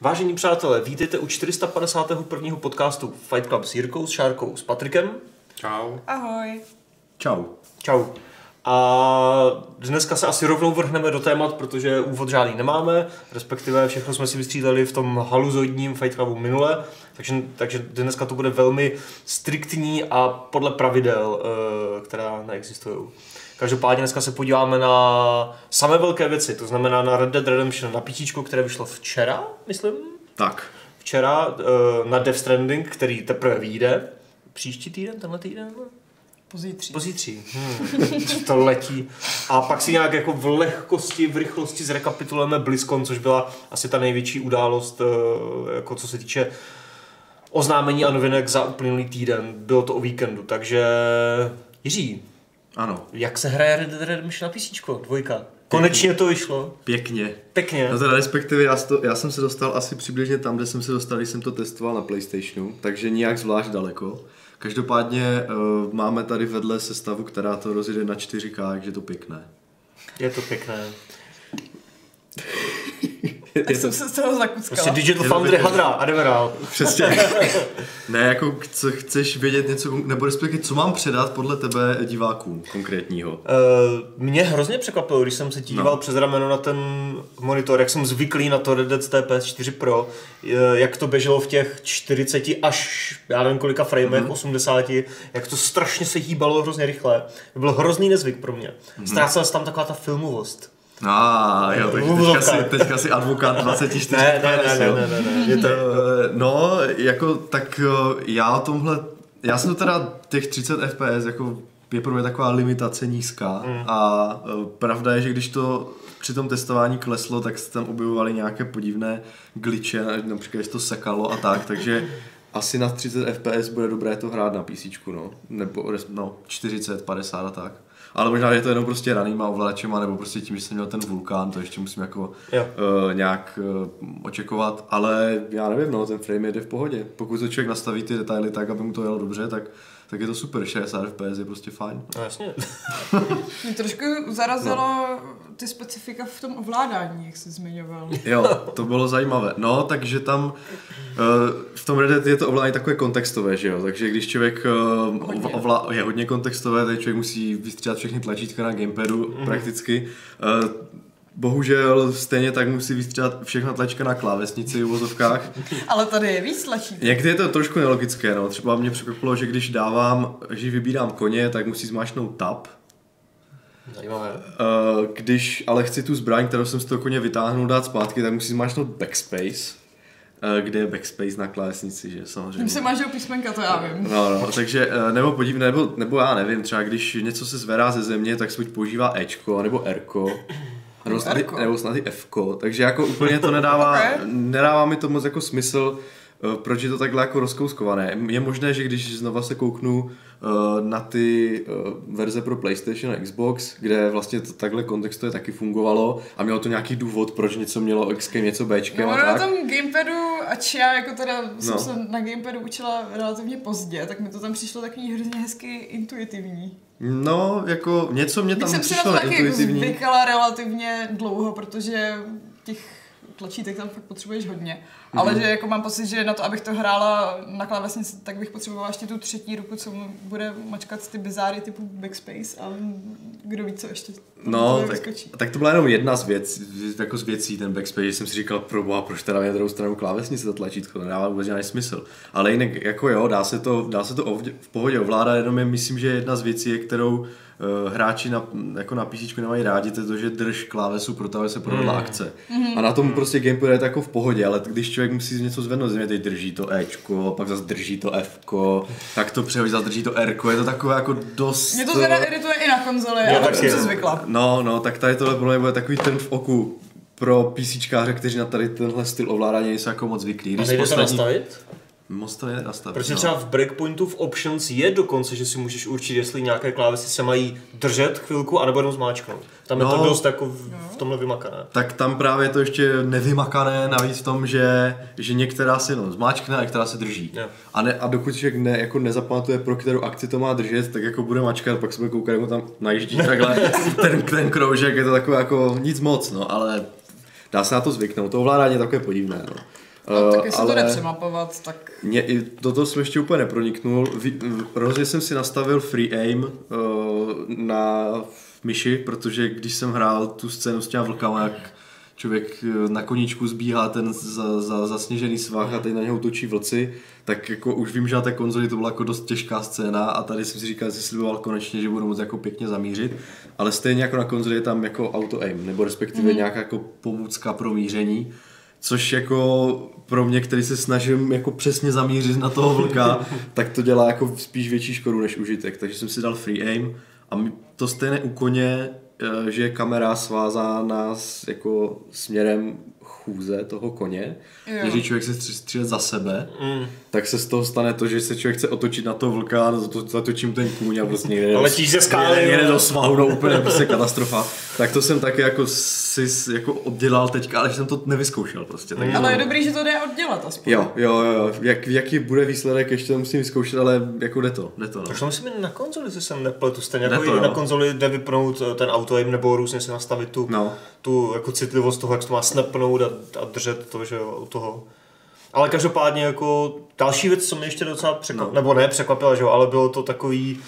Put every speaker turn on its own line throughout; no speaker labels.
Vážení přátelé, vítejte u 451. podcastu Fight Club s Jirkou, s Šárkou, s Patrikem.
Čau.
Ahoj.
Čau.
Čau. A dneska se asi rovnou vrhneme do témat, protože úvod žádný nemáme, respektive všechno jsme si vystřídali v tom haluzoidním Fight Clubu minule, takže, takže dneska to bude velmi striktní a podle pravidel, eh, která neexistují. Každopádně dneska se podíváme na samé velké věci, to znamená na Red Dead Redemption, na pitíčko, které vyšlo včera, myslím,
Tak.
včera eh, na Death Stranding, který teprve vyjde. Příští týden, tenhle týden?
Pozítří.
Pozítří. Hmm. to letí. A pak si nějak jako v lehkosti, v rychlosti zrekapitulujeme BlizzCon, což byla asi ta největší událost, eh, jako co se týče oznámení a novinek za uplynulý týden. Bylo to o víkendu, takže... Jiří,
Ano.
jak se hraje Red Dead Redemption na písíčko? Dvojka. Konečně to vyšlo.
Pěkně.
Pěkně.
No teda respektive já, s to, já jsem se dostal asi přibližně tam, kde jsem se dostal, když jsem to testoval na Playstationu, takže nijak zvlášť daleko. Každopádně uh, máme tady vedle sestavu, která to rozjede na 4K, takže to pěkné.
Je to pěkné.
Já jsem se z toho zakuckala.
Prostě Digital
Je to
Foundry
pěkné.
hadra a jdeme dál.
Přesně. ne, jako chce, chceš vědět něco, nebo respektive, co mám předat podle tebe divákům konkrétního.
Eh, mě hrozně překvapilo, když jsem se ti
No.
díval přes rameno na ten monitor, jak jsem zvyklý na to Red Dead TPS4 Pro, eh, jak to běželo v těch 40 až, já nevím kolika framech,
Mhm.
mm 80, jak to strašně se hýbalo hrozně rychle. To byl hrozný nezvyk pro mě.
Mhm.
Ztrácela se tam taková ta filmovost.
A ah, jo, takže teďka si, teďka si advokát 24.
Ne, ne, ne, ne,
jo?
ne, ne, ne. Je to,
Eh, No, jako tak eh, já o tomhle, já jsem to teda těch 30 fps jako je pro mě taková limitace nízká mm. a eh, pravda je, že když to při tom testování kleslo, tak se tam objevovaly nějaké podivné glitche, například když to sekalo a tak, takže asi na 30 fps bude dobré to hrát na PC, no, nebo res- no, 40, 50 a tak. Ale možná je to jenom prostě ranýma ovladačema, nebo prostě tím, že jsem měl ten vulkán, to ještě musím jako
Jo.
uh, nějak uh, očekovat, ale já nevím, no, ten frame jde v pohodě. Pokud to člověk nastaví ty detaily tak, aby mu to jelo dobře, tak, tak je to super, 60 fps je prostě fajn.
no jasně.
Mě trošku zarazilo ty specifika v tom ovládání, jak jsi zmiňoval.
Jo, to bylo zajímavé. No, takže tam eh, v tom Red Dead je to ovládání takové kontextové, že jo? Takže když člověk eh,
Hodně.
ov- ovlá- je hodně kontextové, tak člověk musí vystřídat všechny tlačítka na gamepadu prakticky. Eh, Bohužel stejně tak musí vystřídat všechna tlačka na klávesnici v vozovkách.
Ale tady je víc tlačí.
Někdy je to trošku nelogické, no. Třeba mě překvapilo, že když dávám, když vybírám koně, tak musí zmáčknout tab.
Zajímavé.
Eh, Když ale chci tu zbraň, kterou jsem z toho koně vytáhnul, dát zpátky, tak musí zmáčknout backspace. Eh, Kde je backspace na klávesnici, že
Tím
samozřejmě.
se máš písmenka, to já vím.
No, no, takže, eh, nebo podívej, nebo, nebo já nevím, třeba když něco se zvedá ze země, tak se buď používá Ečko, nebo Rko, nebo snad, i-
Rko.
nebo snad i Fko, takže jako úplně to nedává,
Ok.
nedává mi to moc jako smysl, eh, proč je to takhle jako rozkouskované. Je možné, že když znova se kouknu eh, na ty eh, verze pro PlayStation a Xbox, kde vlastně to takhle kontextově taky fungovalo a mělo to nějaký důvod, proč něco mělo X, něco B
No,
a
ono na
tak.
tom gamepadu, ač já jako teda no.
No.
jsem se na gamepadu učila relativně pozdě, tak mi to tam přišlo takový hrozně hezky intuitivní.
No, jako něco mě
Tam
tam
jsem si na to
přišlo
taky jako
neintuitivní.
zvykala relativně dlouho, protože těch tlačítek tam fakt potřebuješ hodně. Ale
Mhm.
že jako mám pocit, že na to, abych to hrála na klávesnici, tak bych potřebovala ještě tu třetí ruku, co mu bude mačkat ty bizáry typu backspace a kdo ví, co ještě tam
No,
to
tak,
vyskočí.
tak to byla jenom jedna z, věc, jako z věcí, ten backspace, že jsem si říkal, proboha, proč teda na druhou stranu klávesnice to tlačítko, to nedává vůbec žádný smysl. Ale jinak, jako jo, dá se to, dá se to ovdě, v pohodě ovládat, jenom je, myslím, že jedna z věcí, je, kterou uh, hráči na, jako na PC nemají rádi, to je to, že drž klávesu, protože se provedla
Hmm.
mm. akce. Mm. A na tom prostě gameplay je tak jako v pohodě, ale když člověk musí něco zvednout, země teď drží to Ečko, pak zase drží to Fko, tak to přehodí, zase drží to Rko, je to takové jako dost...
Mě to teda irituje i na konzoli,
Jo,
já
tak
tak jsem
je,
se
no.
zvykla.
No, no, tak tady tohle pro mě bude takový trn v oku pro PCčkáře, kteří na tady tenhle styl ovládání nejsou jako moc zvyklí.
A nejde to nastavit?
Moc to nejde nastavit.
Protože
no.
třeba v breakpointu v options je dokonce, že si můžeš určit, jestli nějaké klávesy se mají držet chvilku, anebo jenom zmáčknout. Tam je to
No.
dost jako v, v tomhle vymakané.
Tak tam právě je to ještě nevymakané, navíc v tom, že, že některá si jenom zmáčkne a některá se drží.
Jo.
A, ne, a dokud člověk ne, jako nezapamatuje, pro kterou akci to má držet, tak jako bude mačkat, pak se bude koukat, jak mu tam najíždí takhle ten, ten kroužek, je to takové jako nic moc, no, ale dá se na to zvyknout. To ovládání je takové podivné. No.
No,
Eh,
tak jestli ale... to nepřemapovat, tak
mě i do toho jsem ještě úplně neproniknul. Vy- v- Rozhodně jsem si nastavil free aim eh, na myši, protože když jsem hrál tu scénu s těma vlkama, jak člověk eh, na koničku zbíhá ten za, za, zasněžený svah a teď na něho točí vlci, tak jako už vím, že na té konzoli to byla jako dost těžká scéna a tady jsem si říkal, že sliboval konečně, že budu moc jako pěkně zamířit, ale stejně jako na konzoli je tam jako auto aim, nebo respektive mm. nějaká jako pomůcka pro míření. Což jako pro mě, který se snažím jako přesně zamířit na toho vlka, tak to dělá jako spíš větší škodu než užitek. Takže jsem si dal free aim a mi- to stejné u koně, eh, že je kamera svázána s, jako směrem chůze toho koně.
Jo.
Takže člověk se stři- střílet za sebe,
Mm.
tak se z toho stane to, že se člověk chce otočit na toho vlka, no to- zatočím ten kůň a prostě jede,
A letíš ze skály,
jede, jede
jo.
do svahu, no úplně prostě katastrofa. Tak to jsem taky jako si s- jako oddělal teďka, ale že jsem to nevyzkoušel prostě. Tak
ale je dobrý, že to jde oddělat aspoň.
Jo, jo, jo, jak, jaký bude výsledek, ještě to musím vyzkoušet, ale jako jde to, jde to, no.
Tak to myslím i na konzoli, jestli jsem nepletu. Stejně
Ne
jako
to,
i
jo.
na konzoli jde vypnout eh, ten auto aim nebo různě si nastavit tu,
No.
tu jako citlivost toho, jak se to má snapnout a, a držet to, že jo, u toho. Ale každopádně jako další věc, co mě ještě docela překvapila, no.
No.
nebo ne překvapila, že jo, ale bylo to takový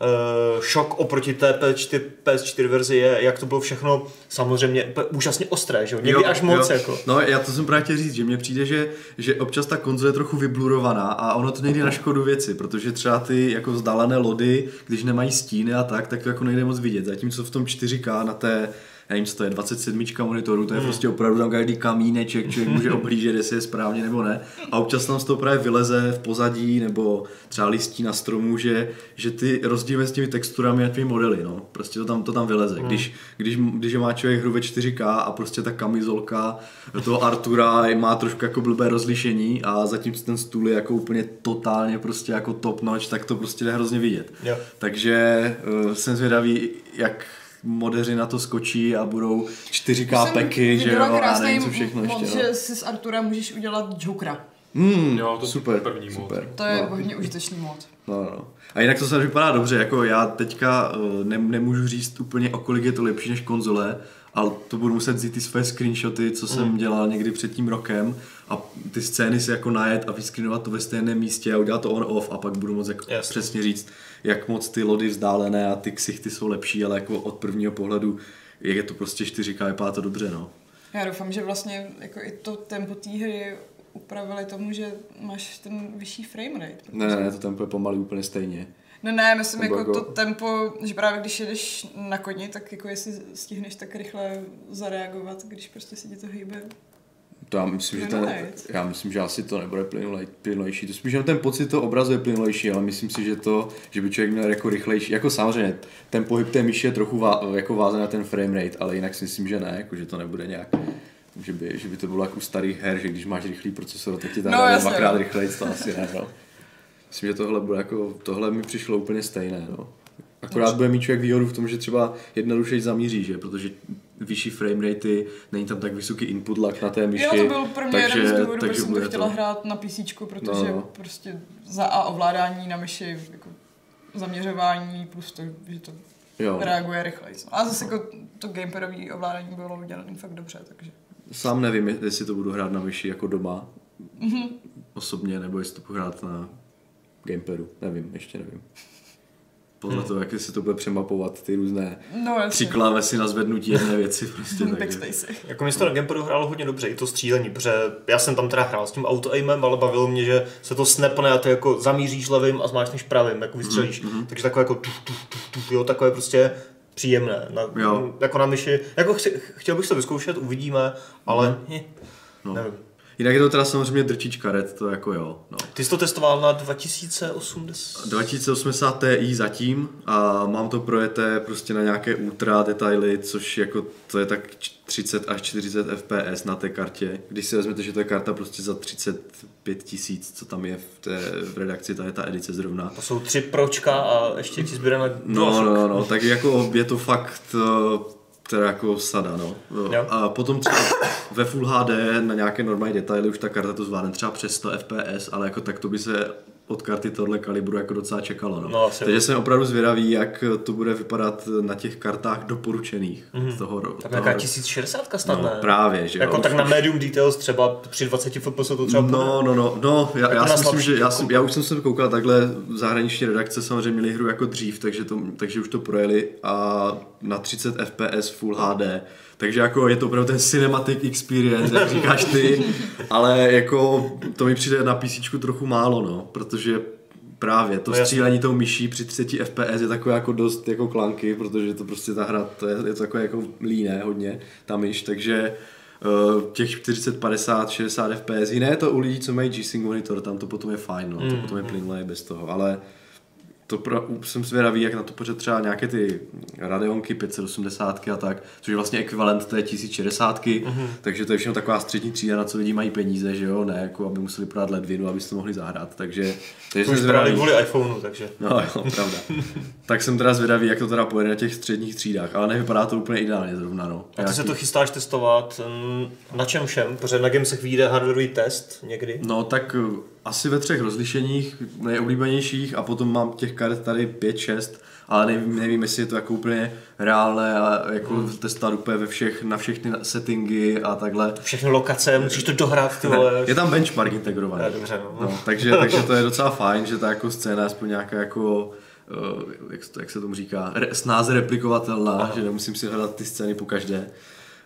eh, šok oproti té PS4, PS4 verzi je, jak to bylo všechno samozřejmě úplně úžasně ostré, že jo, někdy jo, až moc jo. jako.
No, já to jsem právě chtěl říct, že mně přijde, že, že občas ta konzole je trochu vyblurovaná a ono to nejde na škodu věci, protože třeba ty jako vzdálené lody, když nemají stíny a tak, tak to jako nejde moc vidět. Zatímco v tom 4K na té já nevím, co to je, 27 monitoru, to je
Hmm.
prostě opravdu tam každý kamíneček, člověk může oblížet, jestli je správně nebo ne. A občas tam z toho právě vyleze v pozadí nebo třeba listí na stromu, že, že ty rozdíly s těmi texturami a tvými modely, no, prostě to tam, to tam vyleze.
Hmm.
Když, když, když má člověk hru ve 4K a prostě ta kamizolka toho Artura má trošku jako blbé rozlišení a zatímco ten stůl je jako úplně totálně prostě jako top notch, tak to prostě jde hrozně vidět.
Jo.
Takže uh, jsem zvědavý, jak modeři na to skočí a budou 4K
Jsem
peky, že jo,
viděla
a
krásný
nevím co všechno
mod,
ještě.
že
No.
si s Artura můžeš udělat Jokera.
Mm,
Jo, to
super,
první mod.
super.
To je
no.
hodně užitečný mod.
No, no. A jinak to se vypadá dobře, jako já teďka eh, ne, nemůžu říct úplně, o kolik je to lepší než konzole, ale to budu muset vzít ty své screenshoty, co jsem dělal někdy před tím rokem a ty scény si jako najet a vyskrinovat to ve stejném místě a udělat to on-off a pak budu moc jako
Jasně.
přesně říct, jak moc ty lody vzdálené a ty ksichty jsou lepší, ale jako od prvního pohledu jak je to prostě 4K, vypadá to dobře, no.
Já doufám, že vlastně jako i to tempo té hry upravili tomu, že máš ten vyšší frame rate.
Ne, ne, ne, to tempo je pomalý úplně stejně.
No ne, myslím
Nebo
jako,
jako-
to tempo, že právě když jedeš na koni, tak jako jestli stihneš tak rychle zareagovat, když prostě se ti to hýbe.
To já myslím, že ten,
Plynulé.
já myslím, že asi to nebude plynulej- plynulejší. To spíš jenom ten pocit toho obrazu je plynulejší, ale myslím si, že to, že by člověk měl jako rychlejší, jako samozřejmě, ten pohyb té myši je trochu vá, jako vázaný na ten frame rate, ale jinak si myslím, že ne, jako že to nebude nějak že by, že by to bylo jako u starých her, že když máš rychlý procesor, tak ti tam
No,
no,
jasně.
dvakrát rychleji, to asi ne, no. Myslím, že tohle, bude jako, tohle mi přišlo úplně stejné. No. Akorát bude mít člověk výhodu v tom, že třeba jednodušeji zamíří, že? protože vyšší frame ratey, není tam tak vysoký input lag na té myši.
Jo, to byl pro mě
takže,
jeden z důvodů, proč
takže
jsem to
bude
chtěla hrát na PC, protože
No, no.
prostě za a ovládání na myši, jako zaměřování, plus to, že to
Jo.
reaguje rychleji. A zase jako to gamepadové ovládání bylo udělané fakt dobře, takže...
Sám nevím, jestli to budu hrát na myši jako doma, mm-hmm.
Mhm.
osobně, nebo jestli to budu hrát na gamepadu, nevím, ještě nevím. Podle
Mhm.
toho, jak se to bude přemapovat, ty různé
No,
tři
jasně.
klávesy na zvednutí jedné věci prostě. takže-
Backspace.
Jako mě se to na Gamepadu hrálo hodně dobře, i to střílení, protože já jsem tam teda hrál s tím auto-aimem, ale bavilo mě, že se to snapne a ty jako zamíříš levým a zmáčneš pravým,
Mhm,
jako vystřelíš. Mm-hmm. Takže takové jako tu, tu, tu, tu, jo, takové prostě příjemné. Na,
Jo.
Jako na myši. Jako chci, chtěl bych se vyzkoušet, uvidíme, ale mm-hmm.
No.
nevím.
Jinak je to teda samozřejmě drtička red, to jako jo. No.
Ty jsi to testoval na 2080?
2080 Ti zatím a mám to projeté prostě na nějaké ultra detaily, což jako to je tak č- 30 až 40 fps na té kartě. Když si vezmete, že to je karta prostě za 35 tisíc, co tam je v, té, v redakci, tady ta edice zrovna.
To jsou tři pročka a ještě ti zbyde na
No,
DualShock.
no, no, no, tak jako je to fakt eh, teda jako sada, no.
Jo.
A potom třeba ve Full HD na nějaké normální detaily už ta karta to zvládne třeba přes 100 fps, ale jako tak to by se od karty tohle kalibru jako docela čekalo. No.
No, asi
Takže jsem opravdu zvědavý, jak to bude vypadat na těch kartách doporučených mm-hmm. z toho roku.
Mhm. Tak nějaká 1060 snad
No,
ne?
právě, že jo.
Jako tak na medium details třeba při 20 FPS to třeba půjde.
No, no, no, no, já,
Jako
já
na
si myslím,
slabší
že já, jsem, já už jsem se koukal takhle, v zahraniční redakce samozřejmě měli hru jako dřív, takže, to, takže už to projeli a na 30 fps Full HD, takže jako je to opravdu ten cinematic experience, jak říkáš ty, ale jako to mi přijde na PC trochu málo, no, protože Právě, to
No jasně.
střílení tou myší při 30 fps je takové jako dost jako klanky, protože to prostě ta hra, to je, je to takové jako líné hodně, ta myš, takže eh, těch 40, 50, 60 fps, jiné je to u lidí, co mají G-Sync monitor, tam to potom je fajn, no, to
Mm.
potom je plynulé bez toho, ale to pro, jsem zvědavý, jak na to pořád třeba nějaké ty Radeonky 580 a tak, což je vlastně ekvivalent té 1060,
Mhm.
mm-hmm. takže to je všechno taková střední třída, na co lidi mají peníze, že jo, ne, jako aby museli prodat ledvinu, aby si to mohli zahrát, takže, takže
To už brali kvůli iPhoneu, takže.
No jo, pravda. tak jsem teda zvědavý, jak to teda pojede na těch středních třídách, ale nevypadá to úplně ideálně zrovna, no.
A ty se
Nějaký-
to chystáš testovat mm, na čem všem? Protože na Gamesech vyjde hardwareový test někdy.
No tak uh, asi ve třech rozlišeních nejoblíbenějších a potom mám těch karet tady 5-6, ale nevím, nevím, jestli je to jako úplně reálné a jako hmm. testovat úplně ve všech, na všechny settingy a takhle.
Všechny lokace, musíš to dohrát, ty
Ne,
vole.
je tam benchmark integrovaný.
Ne, dobře, no.
No, takže, takže to je docela fajn, že ta jako scéna je aspoň nějaká jako eh, jak, se to- jak se tomu říká, re, snáze replikovatelná, Aha. že nemusím si hledat ty scény po každé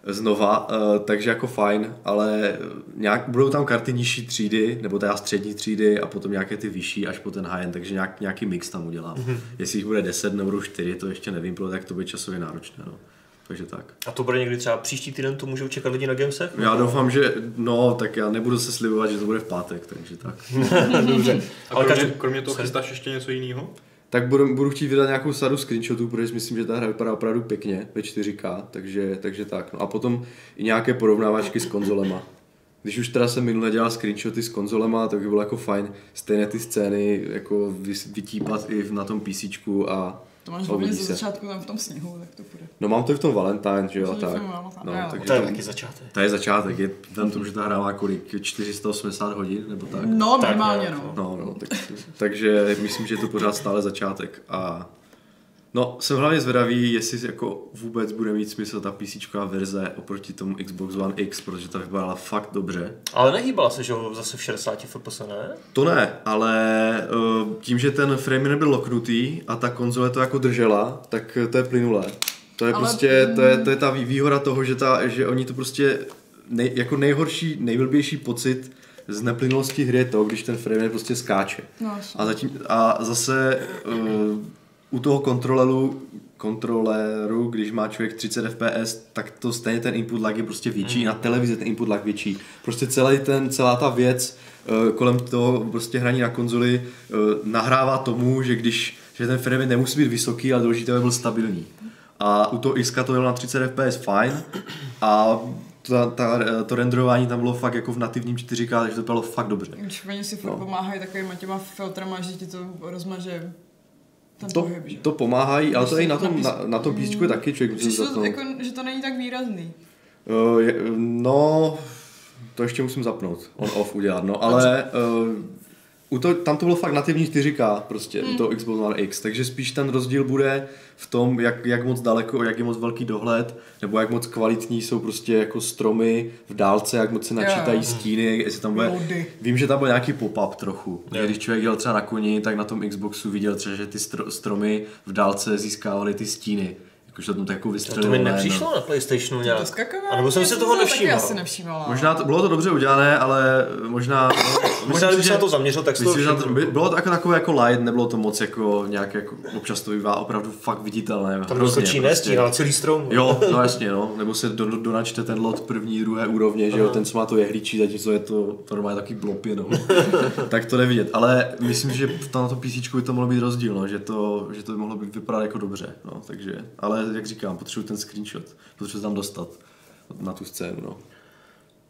znova, eh, takže jako fajn, ale eh, nějak, budou tam karty nižší třídy, nebo teda střední třídy a potom nějaké ty vyšší až po ten high-end, takže nějak, nějaký mix tam udělám. Jestli jich bude 10 nebo budou 4, to ještě nevím, protože tak to bude časově náročné. No. Takže tak.
A to bude někdy třeba příští týden, to můžou čekat lidi na Gamesech?
Já doufám, že no, tak já nebudu se slibovat, že to bude v pátek, takže tak.
Dobře.
Ale
Ale
kromě,
každý...
kromě toho chystáš ještě něco jiného?
Tak budu, budu chtít vydat nějakou sadu screenshotů, protože si myslím, že ta hra vypadá opravdu pěkně ve 4K, takže, takže tak. No a potom i nějaké porovnávačky s konzolema. Když už teda jsem minule dělal screenshoty s konzolema, tak by bylo jako fajn stejné ty scény jako vys- vytípat i v- na tom PC a
To máš
a
hlavně
uvidí
ze
se.
začátku tam v tom sněhu, tak to bude.
No mám to i v tom Valentine, že jo, a
Myslím, že
tak.
jsem málo tam.
No,
Jo.
takže
To je
tam-
taky začátek.
to je začátek, je tam to, že ta hra má kolik, 480 hodin nebo tak.
No,
Tak
minimálně
nějak,
no.
No, no, tak, takže myslím, že je to pořád stále začátek a no, jsem hlavně zvědavý, jestli jako vůbec bude mít smysl ta PC verze oproti tomu Xbox One X, protože ta vypadala fakt dobře.
Ale nehýbala se, že jo, zase v 60 FPS, ne?
To ne, ale eh, tím, že ten frame nebyl loknutý a ta konzole to jako držela, tak to je plynulé. To je
Ale-
prostě, to je, to je ta vý- výhoda toho, že, ta, že oni to prostě, nej, jako nejhorší, nejblbější pocit z neplynulosti hry je to, když ten frame prostě skáče.
No, jasně.
A, zatím, a zase uh, u toho kontroleru, kontroleru, když má člověk 30 fps, tak to stejně ten input lag je prostě větší, na televizi je ten input lag větší. Prostě celý ten, celá ta věc eh, kolem toho prostě hraní na konzoli eh, nahrává tomu, že když že ten frame rate nemusí být vysoký, ale důležité, aby byl stabilní. A u toho X to bylo na 30 fps fajn a ta, ta, to renderování tam bylo fakt jako v nativním 4K, takže to bylo fakt dobře.
Když oni si furt
No.
pomáhají takovýma těma filtrama, že ti to rozmaže ten
To,
pohyb, že?
to pomáhají, ale to je i na tom,
Napis-
na, na tom písčku je taky člověk musí za
Přišlo,
to.
jako, že to není tak výrazný.
Eh, je- No, to ještě musím zapnout, on off udělat, no, ale eh, u to, tam to bylo fakt nativní 4K prostě,
Hmm.
u toho Xbox One X, takže spíš ten rozdíl bude v tom, jak, jak moc daleko, jak je moc velký dohled, nebo jak moc kvalitní jsou prostě jako stromy v dálce, jak moc se načítají
Jo. Hmm.
stíny, jestli tam bude...
Loudy.
Vím, že tam byl nějaký pop-up trochu.
Jo.
Yeah. Když člověk jel třeba na koni, tak na tom Xboxu viděl třeba, že ty stro- stromy v dálce získávaly ty stíny. Jakože to tam tak jako
To,
vystřelilo.
to mi
ne, no.
nepřišlo na PlayStationu nějak.
To skakování,
A nebo jsem
já
si toho
taky
nevšímal.
asi nevšímala.
Možná to, bylo to dobře udělané, ale možná... no,
Možná, kdyby se na to zaměřil, tak si to
myslím, že na to,
všimnu.
by- bylo to jako takové jako light, nebylo to moc jako nějak jako občas to bývá opravdu fakt viditelné. prostě.
Tam doskočí ne stín, ale celý strom.
Jo, no jasně, no. Nebo se do, donačte ten lot první, druhé úrovně, že jo, ten, co má to jehlíčí, zatímco je to, to normálně taky blopě, no. tak to nevidět. Ale myslím, že v- tam na to PC by to mohlo být rozdíl, no, že to, že to by mohlo být vypadat jako dobře, no, takže. Ale jak říkám, potřebuji ten screenshot, potřebuji tam dostat na tu scénu, no.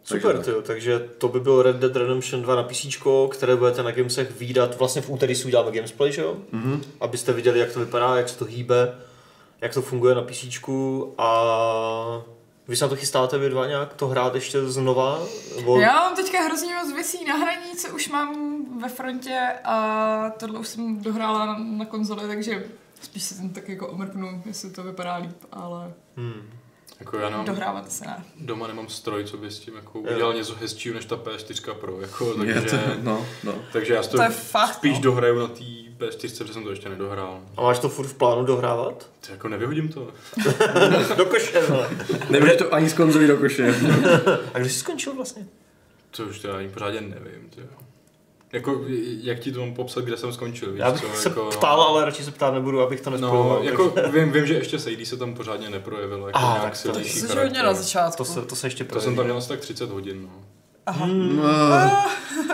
Super,
tak.
takže, takže to by byl Red Dead Redemption 2 na PC, které budete na Gamesech výdat. Vlastně v úterý si uděláme Gamesplay, že jo? Mm-hmm. Abyste viděli, jak to vypadá, jak se to hýbe, jak to funguje na PC. A vy se na to chystáte vy dva nějak to hrát ještě znova? Nebo...
Já mám teďka hrozně moc věcí na hraní, co už mám ve frontě a tohle už jsem dohrála na, na konzoli, takže spíš se tam tak jako omrknu, jestli to vypadá líp, ale
Hmm.
Jako já
no.
nám
dohrávat se ne.
doma nemám stroj, co by s tím jako
Jo.
udělal něco hezčího než ta PS4 Pro, jako,
Je
takže,
to, no, no.
takže já si to,
To je fakt,
spíš
no.
dohraju na té PS4, protože jsem to ještě nedohrál.
A máš to furt v plánu dohrávat?
To jako nevyhodím to.
Do koše, hele.
Nemůžeš to ani z konzolí do koše.
A když jsi skončil vlastně?
To už to já ani pořádně nevím, ty jo. Jako, jak ti to mám popsat, kde jsem skončil, víš
Já bych
co,
se
jako...
ptal, ale radši se ptát nebudu, abych to
No,
nespojoval.
jako vím, vím, že ještě Sadie se tam pořádně neprojevila, jako
Ah,
nějak
tak to-
To
silnější
jsi hodně na začátku.
To se, to se ještě
To jsem
projeví.
tam měl asi tak 30 hodin, no.
Aha.
No,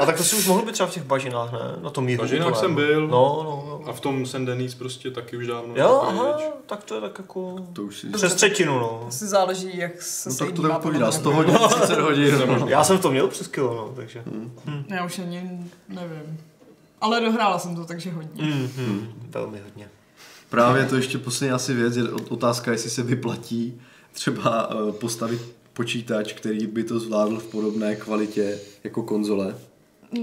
A tak to si už mohl být třeba v těch bažinách, ne? Na tom jihu.
Bažinách
úplném.
jsem byl.
No, no,
A
no.
v tom St. Denis prostě taky už dávno.
Jo,
jako
aha,
pryč.
tak to je tak jako...
To už si...
Přes třetinu, no.
Asi záleží, jak se
No tak to
sejdí,
tak
má
odpovídá,
podle
100
mě.
hodin, 30 hodin. No.
Já jsem to měl přes kilo, no, takže...
Hmm.
Já už ani nevím. Ale dohrála jsem to, takže hodně.
Mm, Hmm.
Mhm, velmi hodně.
Právě to ještě poslední asi věc, je ot- otázka, jestli se vyplatí třeba eh, postavit počítač, který by to zvládl v podobné kvalitě jako konzole.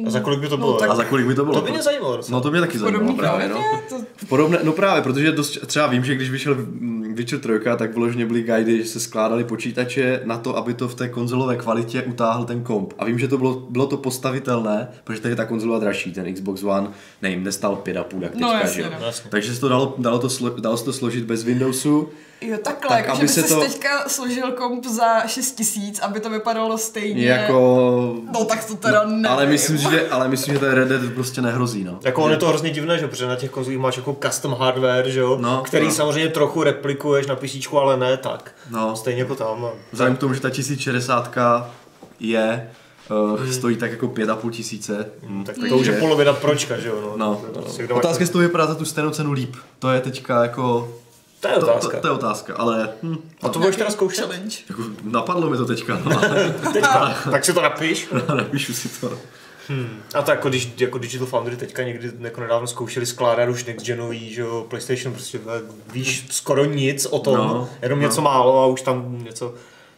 A za kolik by to
No,
bylo?
tak-
jo?
A za kolik by to bylo?
To by mě zajímalo docela.
No to mě taky zajímalo
Podobný
právě,
právě,
no.
To,
V Podobné, no právě, protože dost, třeba vím, že když vyšel mm, Witcher 3, tak vyloženě byly guidy, že se skládali počítače na to, aby to v té konzolové kvalitě utáhl ten komp. A vím, že to bylo, bylo to postavitelné, protože tady je ta konzola dražší, ten Xbox One, nevím, nestal 5,5 jak
No,
teďka,
jasně,
že jo.
No, jasně.
Takže se to dalo, dalo, to slo, dalo se to složit bez Windowsu,
jo, takhle,
Tak,
tak, jako,
aby
že by
se
se
to-
to... teďka složil komp za 6 tisíc, aby to vypadalo stejně.
jako...
No tak to teda nevím.
ale myslím, že, ale myslím, že ten Red Dead prostě nehrozí, no.
Jako on je to hrozně divné, že? Protože na těch konzolích máš jako custom hardware, že jo?
No,
který
no.
samozřejmě trochu replikuješ na PC, ale ne tak.
No.
Stejně jako tam.
Vzhledem k tomu, že ta 1060 je, uh,
Mhm.
stojí tak jako 5,5 tisíce.
Tak
takže-
to už je polovina pročka, že jo? No,
Hmm. No,
To je
no.
prostě, kdo má-
Otázka, jestli to vypadá za tu stejnou cenu líp. To je teďka jako...
To je
To, to,
otázka.
to je otázka, ale hm,
A to budeš teda
Nějaký
zkoušet?
Challenge.
jako napadlo mi to teďka, no, ale
Teďka. tak si to napiš.
napíšu si to. no.
A to jako, když, jako Digital Foundry teďka někdy jako nedávno zkoušeli skládat už next genový, že jo, PlayStation, prostě eh, víš skoro nic o tom,
No,
no, jenom
no.
no. něco málo a už tam něco,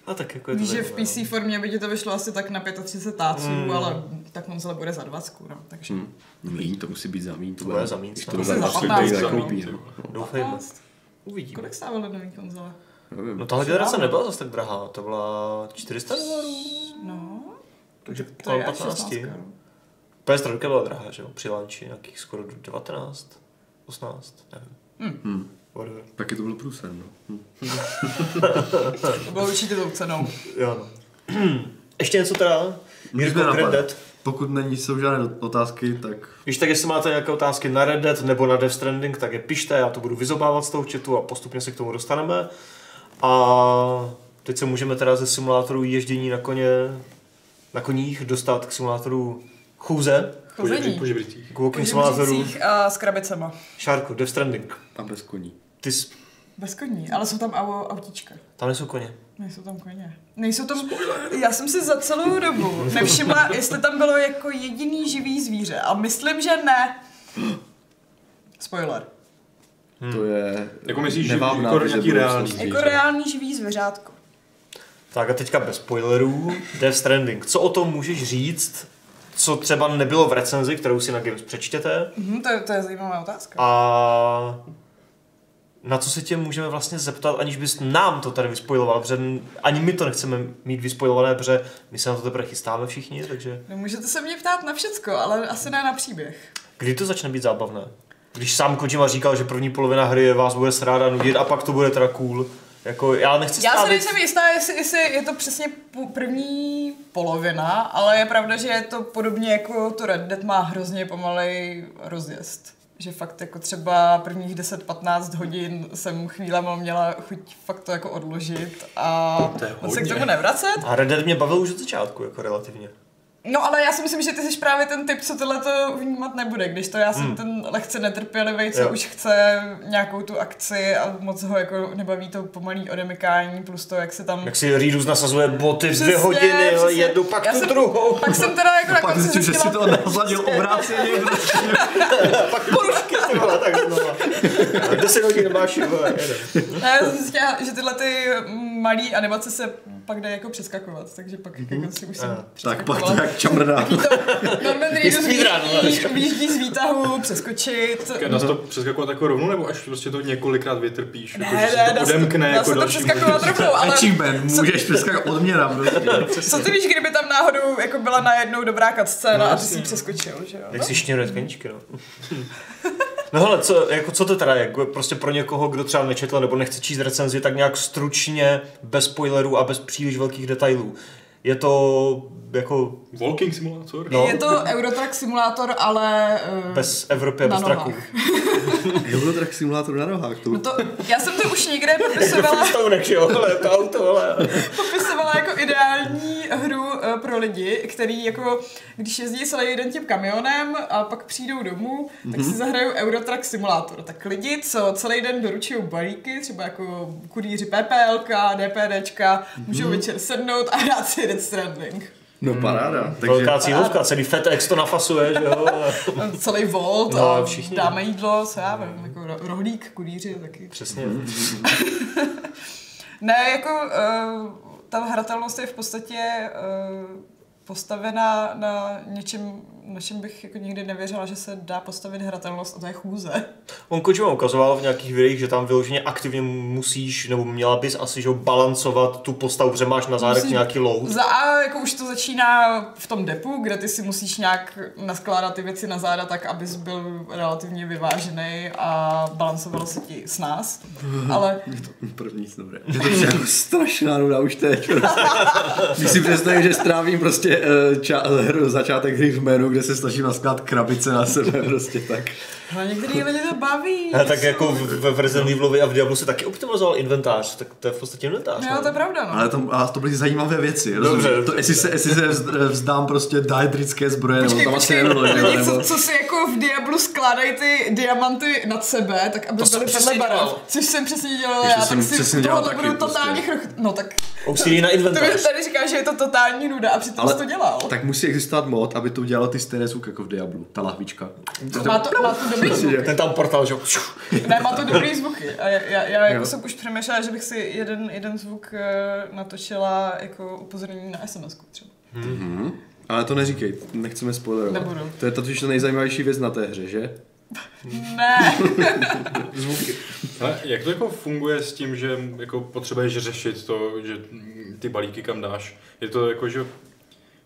a tak jako je to
Víš, že v
zajímavé, no.
PC formě by ti to vyšlo asi tak na 35 táců, mm. ale ta konzole bude za 20, no, takže... Mm.
Míň, to musí být za míň. To
bude za míň,
když
no.
to
Musí
za
za
míň,
Musí
tak
být
patnáct,
za
no.
mým,
koupí, no.
ty vole.
Doufejme, uvidíme.
Kolik stávaly nový konzole?
No tahle generace nebyla zase tak drahá, to byla 400 dolarů,
No,
takže
to je
kolem
až 16.
15.
no.
PS3 byla drahá, že jo, při launchi nějakých skoro 19, 18, nevím.
Hmm.
Whatever.
Taky to byl průser, no. Hm.
To bylo určitě tou cenou.
Jo, no. Ještě něco teda? Jirko,
Můžeme
Red
napadat.
Dead?
Pokud není, jsou žádné dot- otázky, tak
Když tak, jestli máte nějaké otázky na Red Dead nebo na Death Stranding, tak je pište, já to budu vyzobávat z toho chatu a postupně se k tomu dostaneme. A teď se můžeme teda ze simulátoru ježdění na koně, na koních dostat k simulátoru chůze,
Chození.
Po žebritích.
k walking simulátoru
žebřících a eh, s krabicema.
Šárku, Death Stranding.
a bez koní.
Ty jsi...
Bez koní, ale jsou tam au- autíčka.
Tam nejsou koně.
Nejsou tam koně. Nejsou tam... Já jsem si za celou dobu nevšimla, jestli tam bylo jako jediný živý zvíře. A myslím, že ne. Spoiler.
To je...
Jako myslíš, že
nemám
jako
návize
nějaký reálný
budoucnosti.
Jako reální živý zvířátko.
Tak a teďka bez spoilerů, Death Stranding. Co o tom můžeš říct, co třeba nebylo v recenzi, kterou si na Games přečtěte?
Mhm, to, je, to je zajímavá otázka.
A na co se tě můžeme vlastně zeptat, aniž bys nám to tady vyspojiloval, protože ani my to nechceme mít vyspojilované, protože my se na to teprve chystáme všichni, takže
No, můžete se mě ptát na všecko, ale asi ne na příběh.
kdy to začne být zábavné? Když sám Kojima říkal, že první polovina hry je vás bude srát a nudit a pak to bude teda cool, jako já nechci
Já
stát
se nejsem jistá, jestli, jestli je to přesně pu- první polovina, ale je pravda, že je to podobně jako to Red Dead má hrozně pomalej rozjezd. Že fakt jako třeba prvních 10-15 hodin jsem chvílema měla chuť fakt to jako odložit a
To je
moc se k
hodně.
tomu nevracet.
a Red Dead mě bavil už od začátku, jako relativně.
No ale já si myslím, že ty jsi právě ten typ, co tohle to vnímat nebude, když to já jsem
Hmm.
ten lehce netrpělivý, co
Jo.
už chce nějakou tu akci a moc ho jako nebaví to pomalý odemykání, plus to, jak se tam...
Jak si Reedus nasazuje boty v dvě
Přesně,
hodiny, jo,
přesně.
jednu, pak
Já
tu
jsem-
druhou.
Pak jsem teda jako
No, Pak
nakonec
zjistím, že si
zjistila,
to nazadil obráceně.
Porušky, ty vole, tak znova. A deset hodin máš, jo, jedem.
ne, já jsem zjistila, že tyhle ty malé animace se pak jde jako přeskakovat, takže pak jako si už jsem No,
Aha.
Mhm. Tak pak
přeskakovala.
to jak čamrdá.
Norman
Je
Reedus
speedrun, ale-
vý- výjíždí z výtahu, přeskočit.
Tak dá se to přeskakovat jako rovnou, nebo až prostě to několikrát vytrpíš, jako,
Ne,
že
ne,
se to
dá se,
odemkne
dá
jako
se to
další.
přeskakovat rovnou, ale
Achievement, můžeš přeskat odměna. prostě.
co ty víš, kdyby tam náhodou jako byla najednou dobrá cutscéna
No,
a ty
jasně.
si ji přeskočil, že jo?
Jak si šněruje tkaníčky, no. No hele, co, jako, co to teda je? Jako Prostě pro někoho, kdo třeba nečetl nebo nechce číst recenzi, tak nějak stručně, bez spoilerů a bez příliš velkých detailů. Je to jako
Walking simulátor?
No.
Je to Eurotrack simulátor, ale... eh,
bez Evropy a
Na
bez
nohách.
traků.
Eurotrack simulátor na nohách. To...
No to, já jsem to už někde popisovala,
Stavnek, že jo, ale to auto, ale...
popisovala jako ideální hru eh, pro lidi, který jako, když jezdí celý den tím kamionem a pak přijdou domů, tak
Mhm.
si zahrajou Eurotrack simulátor. Tak lidi, co celý den doručují balíky, třeba jako kurýři PPLK, DPDčka,
Mhm.
můžou večer sednout a hrát si Death Stranding.
No
Hmm.
paráda. Takže
Velká cílovka, celý FedEx to nafasuje, že jo.
Celý volt
No,
a
všichni.
dáme jídlo, co já vím, jako ro- rohlík, kurýři taky.
Přesně.
Ne, jako uh, ta hratelnost je v podstatě uh, postavená na něčem, na čem bych jako nikdy nevěřila, že se dá postavit hratelnost a to je chůze.
On Kojima ukazoval v nějakých videích, že tam vyloženě aktivně musíš, nebo měla bys asi, že jo, balancovat tu postavu, protože máš na zádech
Musíš-
nějaký load.
Za A jako už to začíná v tom depu, kde ty si musíš nějak naskládat ty věci na záda tak, abys byl relativně vyvážený a balancovalo se ti s nás. Ale
První nic dobré. Je to jako strašná nuda už teď. Prostě. Když si představím, že strávím prostě eh, ča- hru, začátek hry v menu, kde se snažím naskládat krabice na sebe prostě tak.
na některý no, lidi to baví.
Ne, tak jako ve Resident Evilovi a v Diablu se taky optimalizoval inventář, tak to je v podstatě inventář.
No, to je pravda, no.
Ale to, a to byly zajímavé věci.
Dobře,
rozumíš?
dobře.
to, jestli, se, jestli se vzd- vzdám prostě diedrické zbroje, nebo
Počkej,
tam asi
počkej,
nebylo. Nebo,
lidi,
nebo...
co, co si jako v Diablu skládají ty diamanty nad sebe, tak aby
To jsem
byly
přesně
vedle barev.
dělal.
Což jsem přesně dělala
Ježiš,
já,
jsem
tak
přesně
si
dělal
tohle
taky
budu totálně
prostě.
chrch... No tak,
OCD na
to mi
inventář.
tady říká, že je to totální nuda a přitom jsi to dělal.
tak musí existovat mod, aby to udělalo ty stejné zvuk jako v Diablu, ta lahvička.
Má to, má to dobrý zvuk.
Ten tam portál, že jo.
Ne, má to dobrý zvuky. A já, já, já
Jo.
jako jsem už přemýšlela, že bych si jeden, jeden zvuk eh, natočila jako upozornění na SMS třeba.
Ale to neříkej, nechceme spoilerovat.
Nebudu.
To je totiž ta nejzajímavější věc na té hře, že? Hmm.
Ne,
Hele, jak to jako funguje s tím, že jako potřebuješ řešit to, že mm, ty balíky kam dáš? Je to jako, že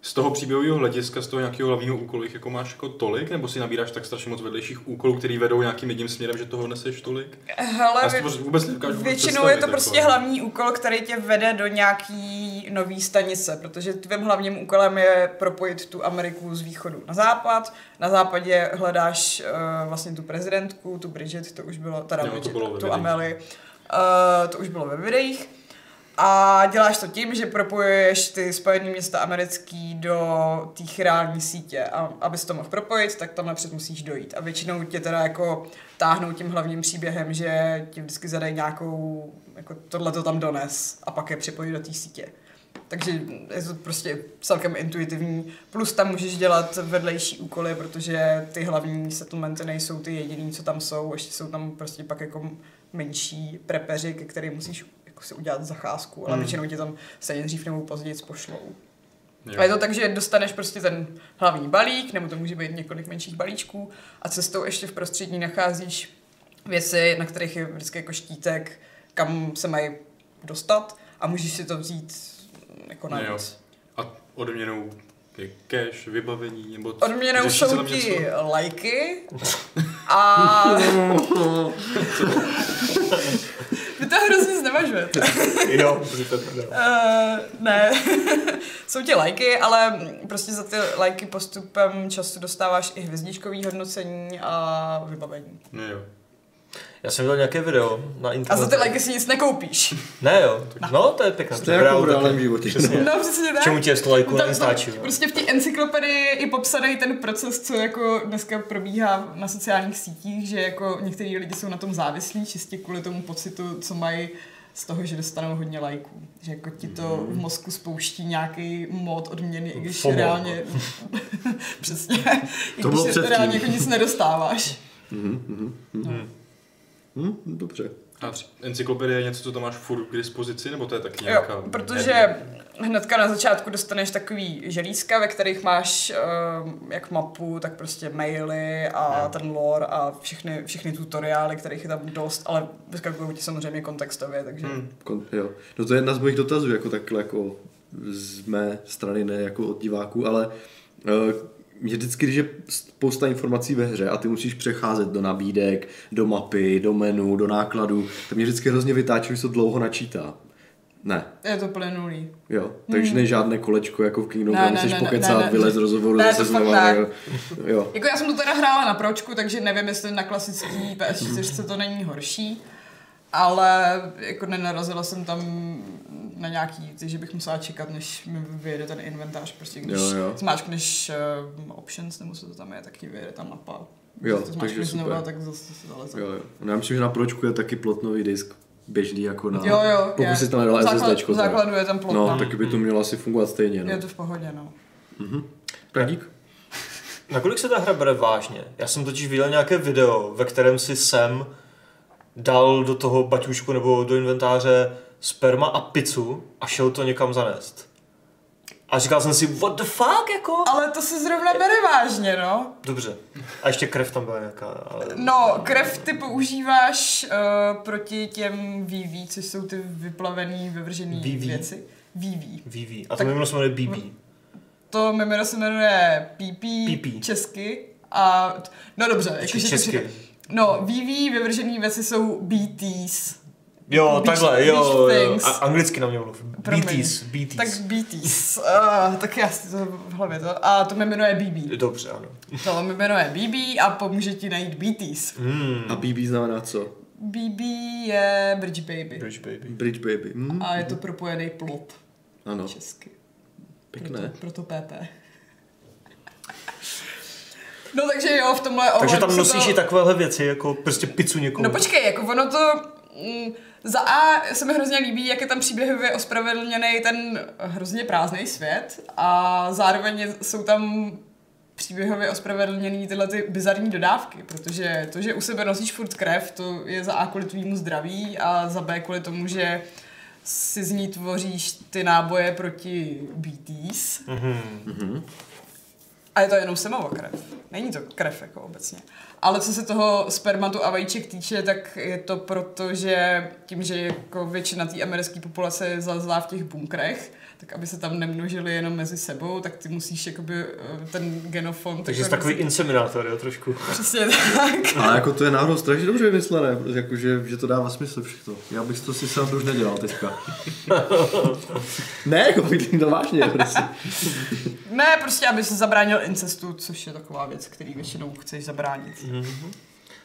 z toho příběhového hlediska, z toho nějakého hlavního úkolu jich jako máš jako tolik, nebo si nabíráš tak strašně moc vedlejších úkolů, který vedou nějakým jedním směrem, že toho neseš tolik?
hele,
Já si to prostě vůbec nedokážu vůbec
Většinou
představit,
je to prostě
jako.
hlavní úkol, který tě vede do nějaký nový stanice, protože tvým hlavním úkolem je propojit tu Ameriku z východu na západ. Na západě hledáš uh, vlastně tu prezidentku, tu Bridget, to už bylo, teda
Jo, to
Bridget,
bylo ve
tu
videích.
Amelie, uh, to už bylo ve videích. A děláš to tím, že propojuješ ty Spojené města americký do té chirální sítě. A abys to mohl propojit, tak tam napřed musíš dojít. A většinou tě teda jako táhnou tím hlavním příběhem, že ti vždycky zadají nějakou, jako tohle to tam dones a pak je připojí do té sítě. Takže je to prostě celkem intuitivní. Plus tam můžeš dělat vedlejší úkoly, protože ty hlavní settlementy nejsou ty jediný, co tam jsou. Ještě jsou tam prostě pak jako menší prepeři, ke kterým musíš jako si udělat zacházku, ale většinou tě tam se dřív nebo později pošlou.
Jo.
A je to tak, že dostaneš prostě ten hlavní balík, nebo to může být několik menších balíčků a cestou ještě v prostředí nacházíš věci, na kterých je vždycky jako štítek, kam se mají dostat a můžeš si to vzít jako na
Jo.
nic.
A odměnou je cash, vybavení, nebo... t-
Odměnou
řeší se
jsou
tam něco?
ti lajky a vy to hrozně znevažujete.
Jo, protože to je pravda.
Uh, ne, jsou ti lajky, ale prostě za ty lajky postupem času dostáváš i hvězdičkový hodnocení a vybavení.
No jo.
Já jsem viděl nějaké video na internetu.
A za ty lajky si nic nekoupíš.
Ne jo, no to je pěkné.
To je jako v reálném životě.
Přesně.
No, přesně tak.
Čemu ti je 100 lajků na
Tam- tam
Instači?
no.
jo?
Prostě v té encyklopedii je popsaný ten proces, co jako dneska probíhá na sociálních sítích, že jako některý lidi jsou na tom závislí čistě kvůli tomu pocitu, co mají z toho, že dostanou hodně lajků. Že jako ti to
Mhm.
v mozku spouští nějaký mod odměny, i když
FOMO.
reálně... Přesně. I
To bylo
když
předtím.
reálně jako nic nedostáváš.
Hm, dobře.
A encyklopedie je něco, co tam máš furt k dispozici, nebo to je tak nějaká...
Jo, protože hnedka na začátku dostaneš takový želízka, ve kterých máš um, jak mapu, tak prostě maily a ten lore a všechny, všechny tutoriály, kterých je tam dost, ale vyskakují ti samozřejmě kontextově, takže... Hmm.
Kon, jo. No to je jedna z mojich dotazů, jako takhle, jako z mé strany, ne jako od diváků, ale eh, mě vždycky, když je spousta informací ve hře a ty musíš přecházet do nabídek, do mapy, do menu, do nákladů, tak mě vždycky hrozně vytáčí, že se to dlouho načítá. Ne,
Je to plynulý.
jo, takže ne žádné kolečko jako v Kingdom,
Hmm. Ne,
ne,
ne,
musíš
ne, ne,
pokecat,
ne, ne.
vylez z rozhovoru,
Ne,
zase
to fakt
znova,
ne.
jo. jo.
Jako já jsem to teda hrála na pročku, takže nevím, jestli na klasický PS4 to není horší, ale jako nenarazila jsem tam na nějaký, ty, že bych musela čekat, než mi vyjede ten inventář, prostě když
Jo, jo.
zmáčkneš uh, options, nebo co to tam je, tak ti vyjede ta mapa.
Jo,
Když to
takže
zmáčkneš
super.
znova, tak zase se zaleze.
Jo, jo. No já myslím, že na pročku je taky plotnový disk běžný jako na...
Jo, jo,
Pokud
je.
si tam nedala
Základ-
SSD.
v základu je tam plotna.
No, taky by to mělo asi fungovat stejně, no.
Mm. Je to v pohodě, no.
Radík?
Nakolik se ta hra bere vážně? Já jsem totiž viděl nějaké video, ve kterém si sem dal do toho baťušku nebo do inventáře sperma a pizzu a šel to někam zanést. A říkal jsem si, what the fuck, jako?
Ale to se zrovna bere vážně, no.
Dobře. A ještě krev tam byla nějaká, ale...
No, krev ty používáš uh, proti těm VV, což jsou ty vyplavený, vyvržený
VV?
věci. VV.
VV. A to
Tak-
mimo se jmenuje BB.
To mimino se jmenuje PP,
PP.
česky a... No dobře, jakože...
česky.
to všechno- No, VV vyvržený věci jsou BTs.
Jo,
Beach-
takhle, jo,
Beach
jo.
Things.
A, anglicky na mě mluv.
Promiň.
BTs, BTs.
Tak BTs. Uh, tak já si to v hlavě to... A to mimino je BB.
Dobře, ano.
To mimino je BB a pomůže ti najít BTs.
A BB znamená co?
BB je Bridge Baby.
Bridge baby.
Bridge Baby. Hm?
A je to propojený plot
Ano,
česky.
pěkné.
Proto, proto PP. No takže jo, v tomhle
Takže
ohledu
tam
se
nosíš i takovéhle věci, jako prostě pizzu někomu.
No počkej, jako ono to... mm, Za A se mi hrozně líbí, jak je tam příběhově ospravedlněný ten hrozně prázdný svět a zároveň je- jsou tam příběhově ospravedlněný tyhle ty bizarní dodávky, protože to, že u sebe nosíš furt krev, to je za A kvůli tvýmu zdraví a za B kvůli tomu, že si z ní tvoříš ty náboje proti BTs.
Mhm.
A je to jenom semová krev. Není to krev jako obecně. Ale co se toho spermatu a vajíček týče, tak je to proto, že tím, že jako většina té americké populace je zazlá v těch bunkrech, tak aby se tam nemnožili jenom mezi sebou, tak ty musíš jakoby eh, ten genofond...
Takže
jako
jsi takový
roz-
inseminátor, jo, trošku.
Přesně tak.
Ale jako to je náhodou strašně dobře vymyslené, protože jako, že, že to dává smysl všechno. Já bych to si sám už nedělal teďka. ne, jako myslím to vážně, prostě.
Ne, prostě aby se zabránil incestu, což je taková věc, který většinou chceš zabránit.
Mhm.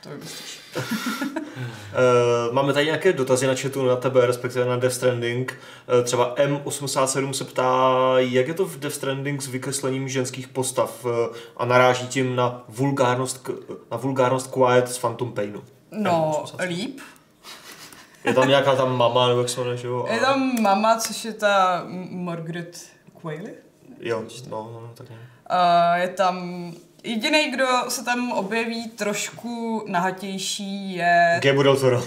To prostě- vymyslíš.
Eh, máme tady nějaké dotazy na chatu na tebe, respektive na Death Stranding. Eh, třeba M87 se ptá, jak je to v Death Stranding s vykreslením ženských postav eh, a naráží tím na vulgárnost, k- na vulgárnost Quiet z Phantom Painu.
No, líp.
Je tam nějaká tam mama, nebo jak se jmenuje, že jo? A-
Je tam mama, což je ta M- Margaret Quayle.
Jo, no, no, no, tak nějak.
A je tam... Jediný, kdo se tam objeví trošku nahatější, je...
Gabe del Toro.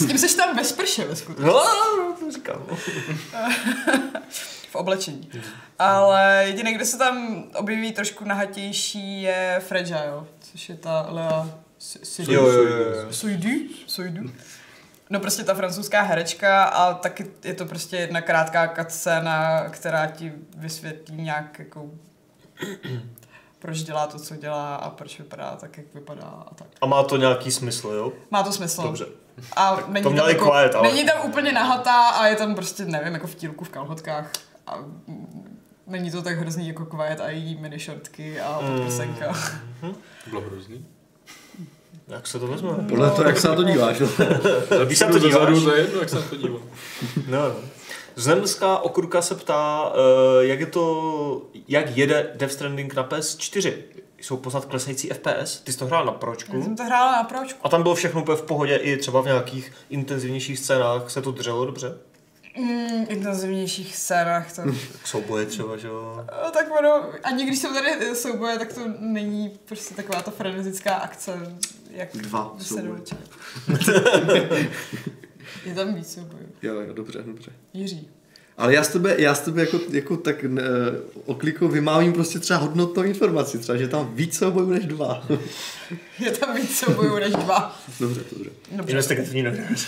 S tím seš tam ve sprše ve skutku,
No, no, to říkám. no.
v oblečení. Ale jediný, kdo se tam objeví trošku nahatější, je Fragile, což je ta Lea Si- Sidi.
Jo, jo, jo, jo.
Sojdu? Sojdu? No prostě ta francouzská herečka a taky je to prostě jedna krátká cutscéna, která ti vysvětlí nějak jako proč dělá to, co dělá a proč vypadá tak, jak vypadá a tak.
A má to nějaký smysl, jo?
Má to smysl.
Dobře.
A není jako-
to měla i Quiet, ale-
není tam úplně nahatá a je tam prostě, nevím, jako v tílku, v kalhotkách. A mm, není to tak hrozný jako Quiet a její minišortky a
Hmm.
podprsenka.
Bylo hrozný.
Jak se to vezme?
Podle toho, jak se na to díváš. No.
Když se na to díváš?
Zezadu, to je jedno, jak se na to dívám.
No, no. Znemská okurka se ptá, eh, jak je to, jak jede Death Stranding na PS4. Jsou poznat klesající FPS, ty jsi to hrál na
Já jsem
pročku.
to hrála na pročku.
A tam bylo všechno úplně v pohodě, i třeba v nějakých intenzivnějších scénách se to drželo dobře.
mm, intenzivnějších scénách. To.
Souboje třeba, že jo.
No, tak ono, ani když jsou tady eh, souboje, tak to není prostě taková ta frenetická akce, jak
Dva
v
souboje.
Sedoviče. Je tam víc soubojů.
Jo, jo, dobře, dobře.
Jiří.
Ale já z tebe, já z tebe jako, jako tak e, oklikou vymávím prostě třeba hodnotnou informaci, třeba, že tam víc soubojů než dva.
Je tam víc soubojů než dva.
dobře, dobře.
Dobře.
Investigativní novinář.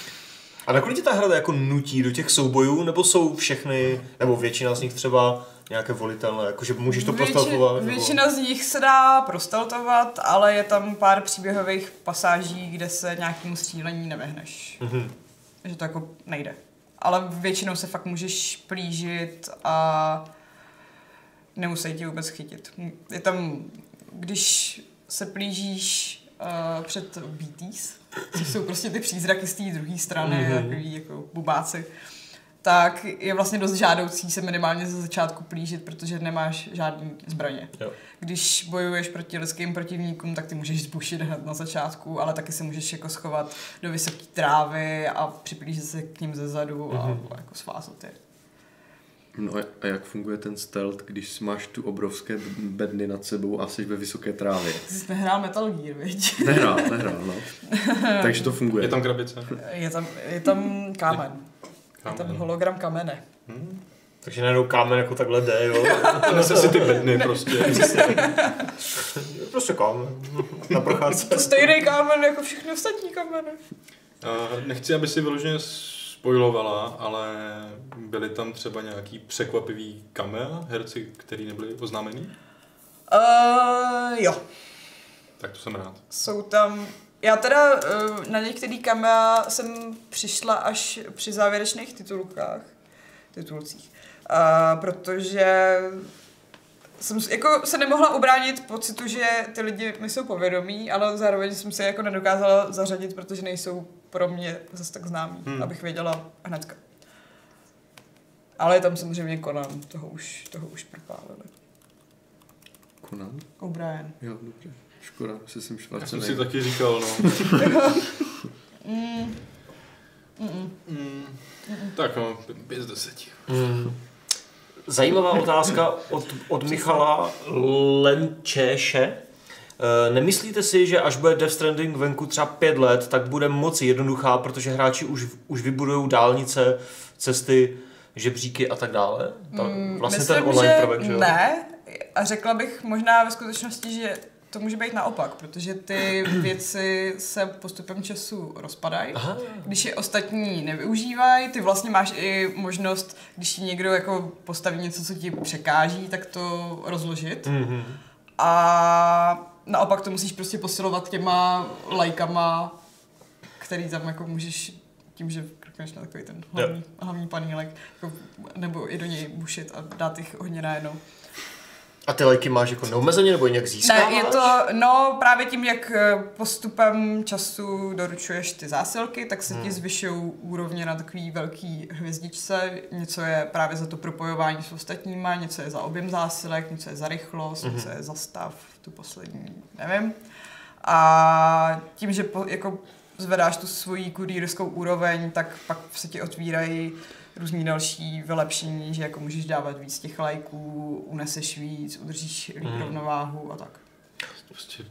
A nakolik tě ta hra jako nutí do těch soubojů, nebo jsou všechny, nebo většina z nich třeba nějaké volitelné, jakože můžeš to
Větši-
prostaltovat?
Většina z nich se dá prostaltovat, ale je tam pár příběhových pasáží, kde se nějakému střílení nevyhneš.
Mhm.
Že to jako nejde. Ale většinou se fakt můžeš plížit a nemusí tě vůbec chytit. Je tam, když se plížíš uh, před BTs, což jsou prostě ty přízraky z té druhé strany,
Mhm.
mm-hmm. takový jako bubáci, tak je vlastně dost žádoucí se minimálně ze začátku plížit, protože nemáš žádný zbraně.
Jo.
Když bojuješ proti lidským protivníkům, tak ty můžeš zbušit hned na začátku, ale taky se můžeš jako schovat do vysoké trávy a připlížit se k ním zezadu a mm-hmm. jako svázat je.
No a jak funguje ten stealth, když máš tu obrovské bedny nad sebou a jsi ve vysoké trávě?
Ty jsi nehrál Metal Gear, viď?
Nehrál, nehrál, no. Takže to funguje.
Je tam krabice.
Je tam, je tam kámen. Je tam
Kámen.
hologram kamene.
Takže najednou kámen jako takhle jde, jo.
Nese si ty bedny prostě.
prostě kámen. Na procházce.
To stejný kámen jako všechny ostatní kameny.
Eh, Nechci, aby si vyloženě spoilovala, ale byly tam třeba nějaký překvapivý kamea, herci, který nebyli oznámený?
Uh, jo.
Tak to jsem rád.
Jsou tam... Já teda eh, na některý kamera jsem přišla až při závěrečných titulkách, titulcích, Eh, protože jsem s- jako se nemohla ubránit pocitu, že ty lidi mi jsou povědomí, ale zároveň jsem se jako nedokázala zařadit, protože nejsou pro mě zase tak známí,
Hmm.
hmm. abych věděla hnedka. Ale je tam samozřejmě Conan, toho už, toho už propálili.
Konan?
O'Brien.
Jo, dobře. Škoda, že jsem
Já jsem
švarcený.
si taky říkal, no.
Mm. Mm-mm.
Mm, tak no, 5 z 10.
Hmm. Zajímavá otázka od, od Michala Lenčéše. E, Nemyslíte si, že až bude Death Stranding venku třeba pět let, tak bude moc jednoduchá, protože hráči už, už vybudují dálnice, cesty, žebříky a tak dále? Ta,
Mm,
vlastně
myslím,
ten online
že
prvek, že jo?
Ne, a řekla bych možná ve skutečnosti, že to může být naopak, protože ty věci se postupem času rozpadají.
Aha.
Když je ostatní nevyužívají, ty vlastně máš i možnost, když ti někdo jako postaví něco, co ti překáží, tak to rozložit.
Mhm.
A naopak to musíš prostě posilovat těma lajkama, který tam jako můžeš tím, že krkneš na takový ten hlavní, hlavní panílek, jako, nebo i do něj bušit a dát jich hodně najednou.
A ty lajky máš jako neomezeně nebo je nějak získáváš?
Ne, je to, no právě tím, jak eh, postupem času doručuješ ty zásilky, tak se ti zvyšují úrovně na takový velký hvězdičce. Něco je právě za to propojování s ostatníma, něco je za objem zásilek, něco je za rychlost, mm-hmm. něco je za stav, tu poslední, nevím. A tím, že po, jako zvedáš tu svoji kurýrskou úroveň, tak pak se ti otvírají různý další vylepšení, že jako můžeš dávat víc těch lajků, uneseš víc, udržíš líp
Hmm.
rovnováhu a tak.
Prostě...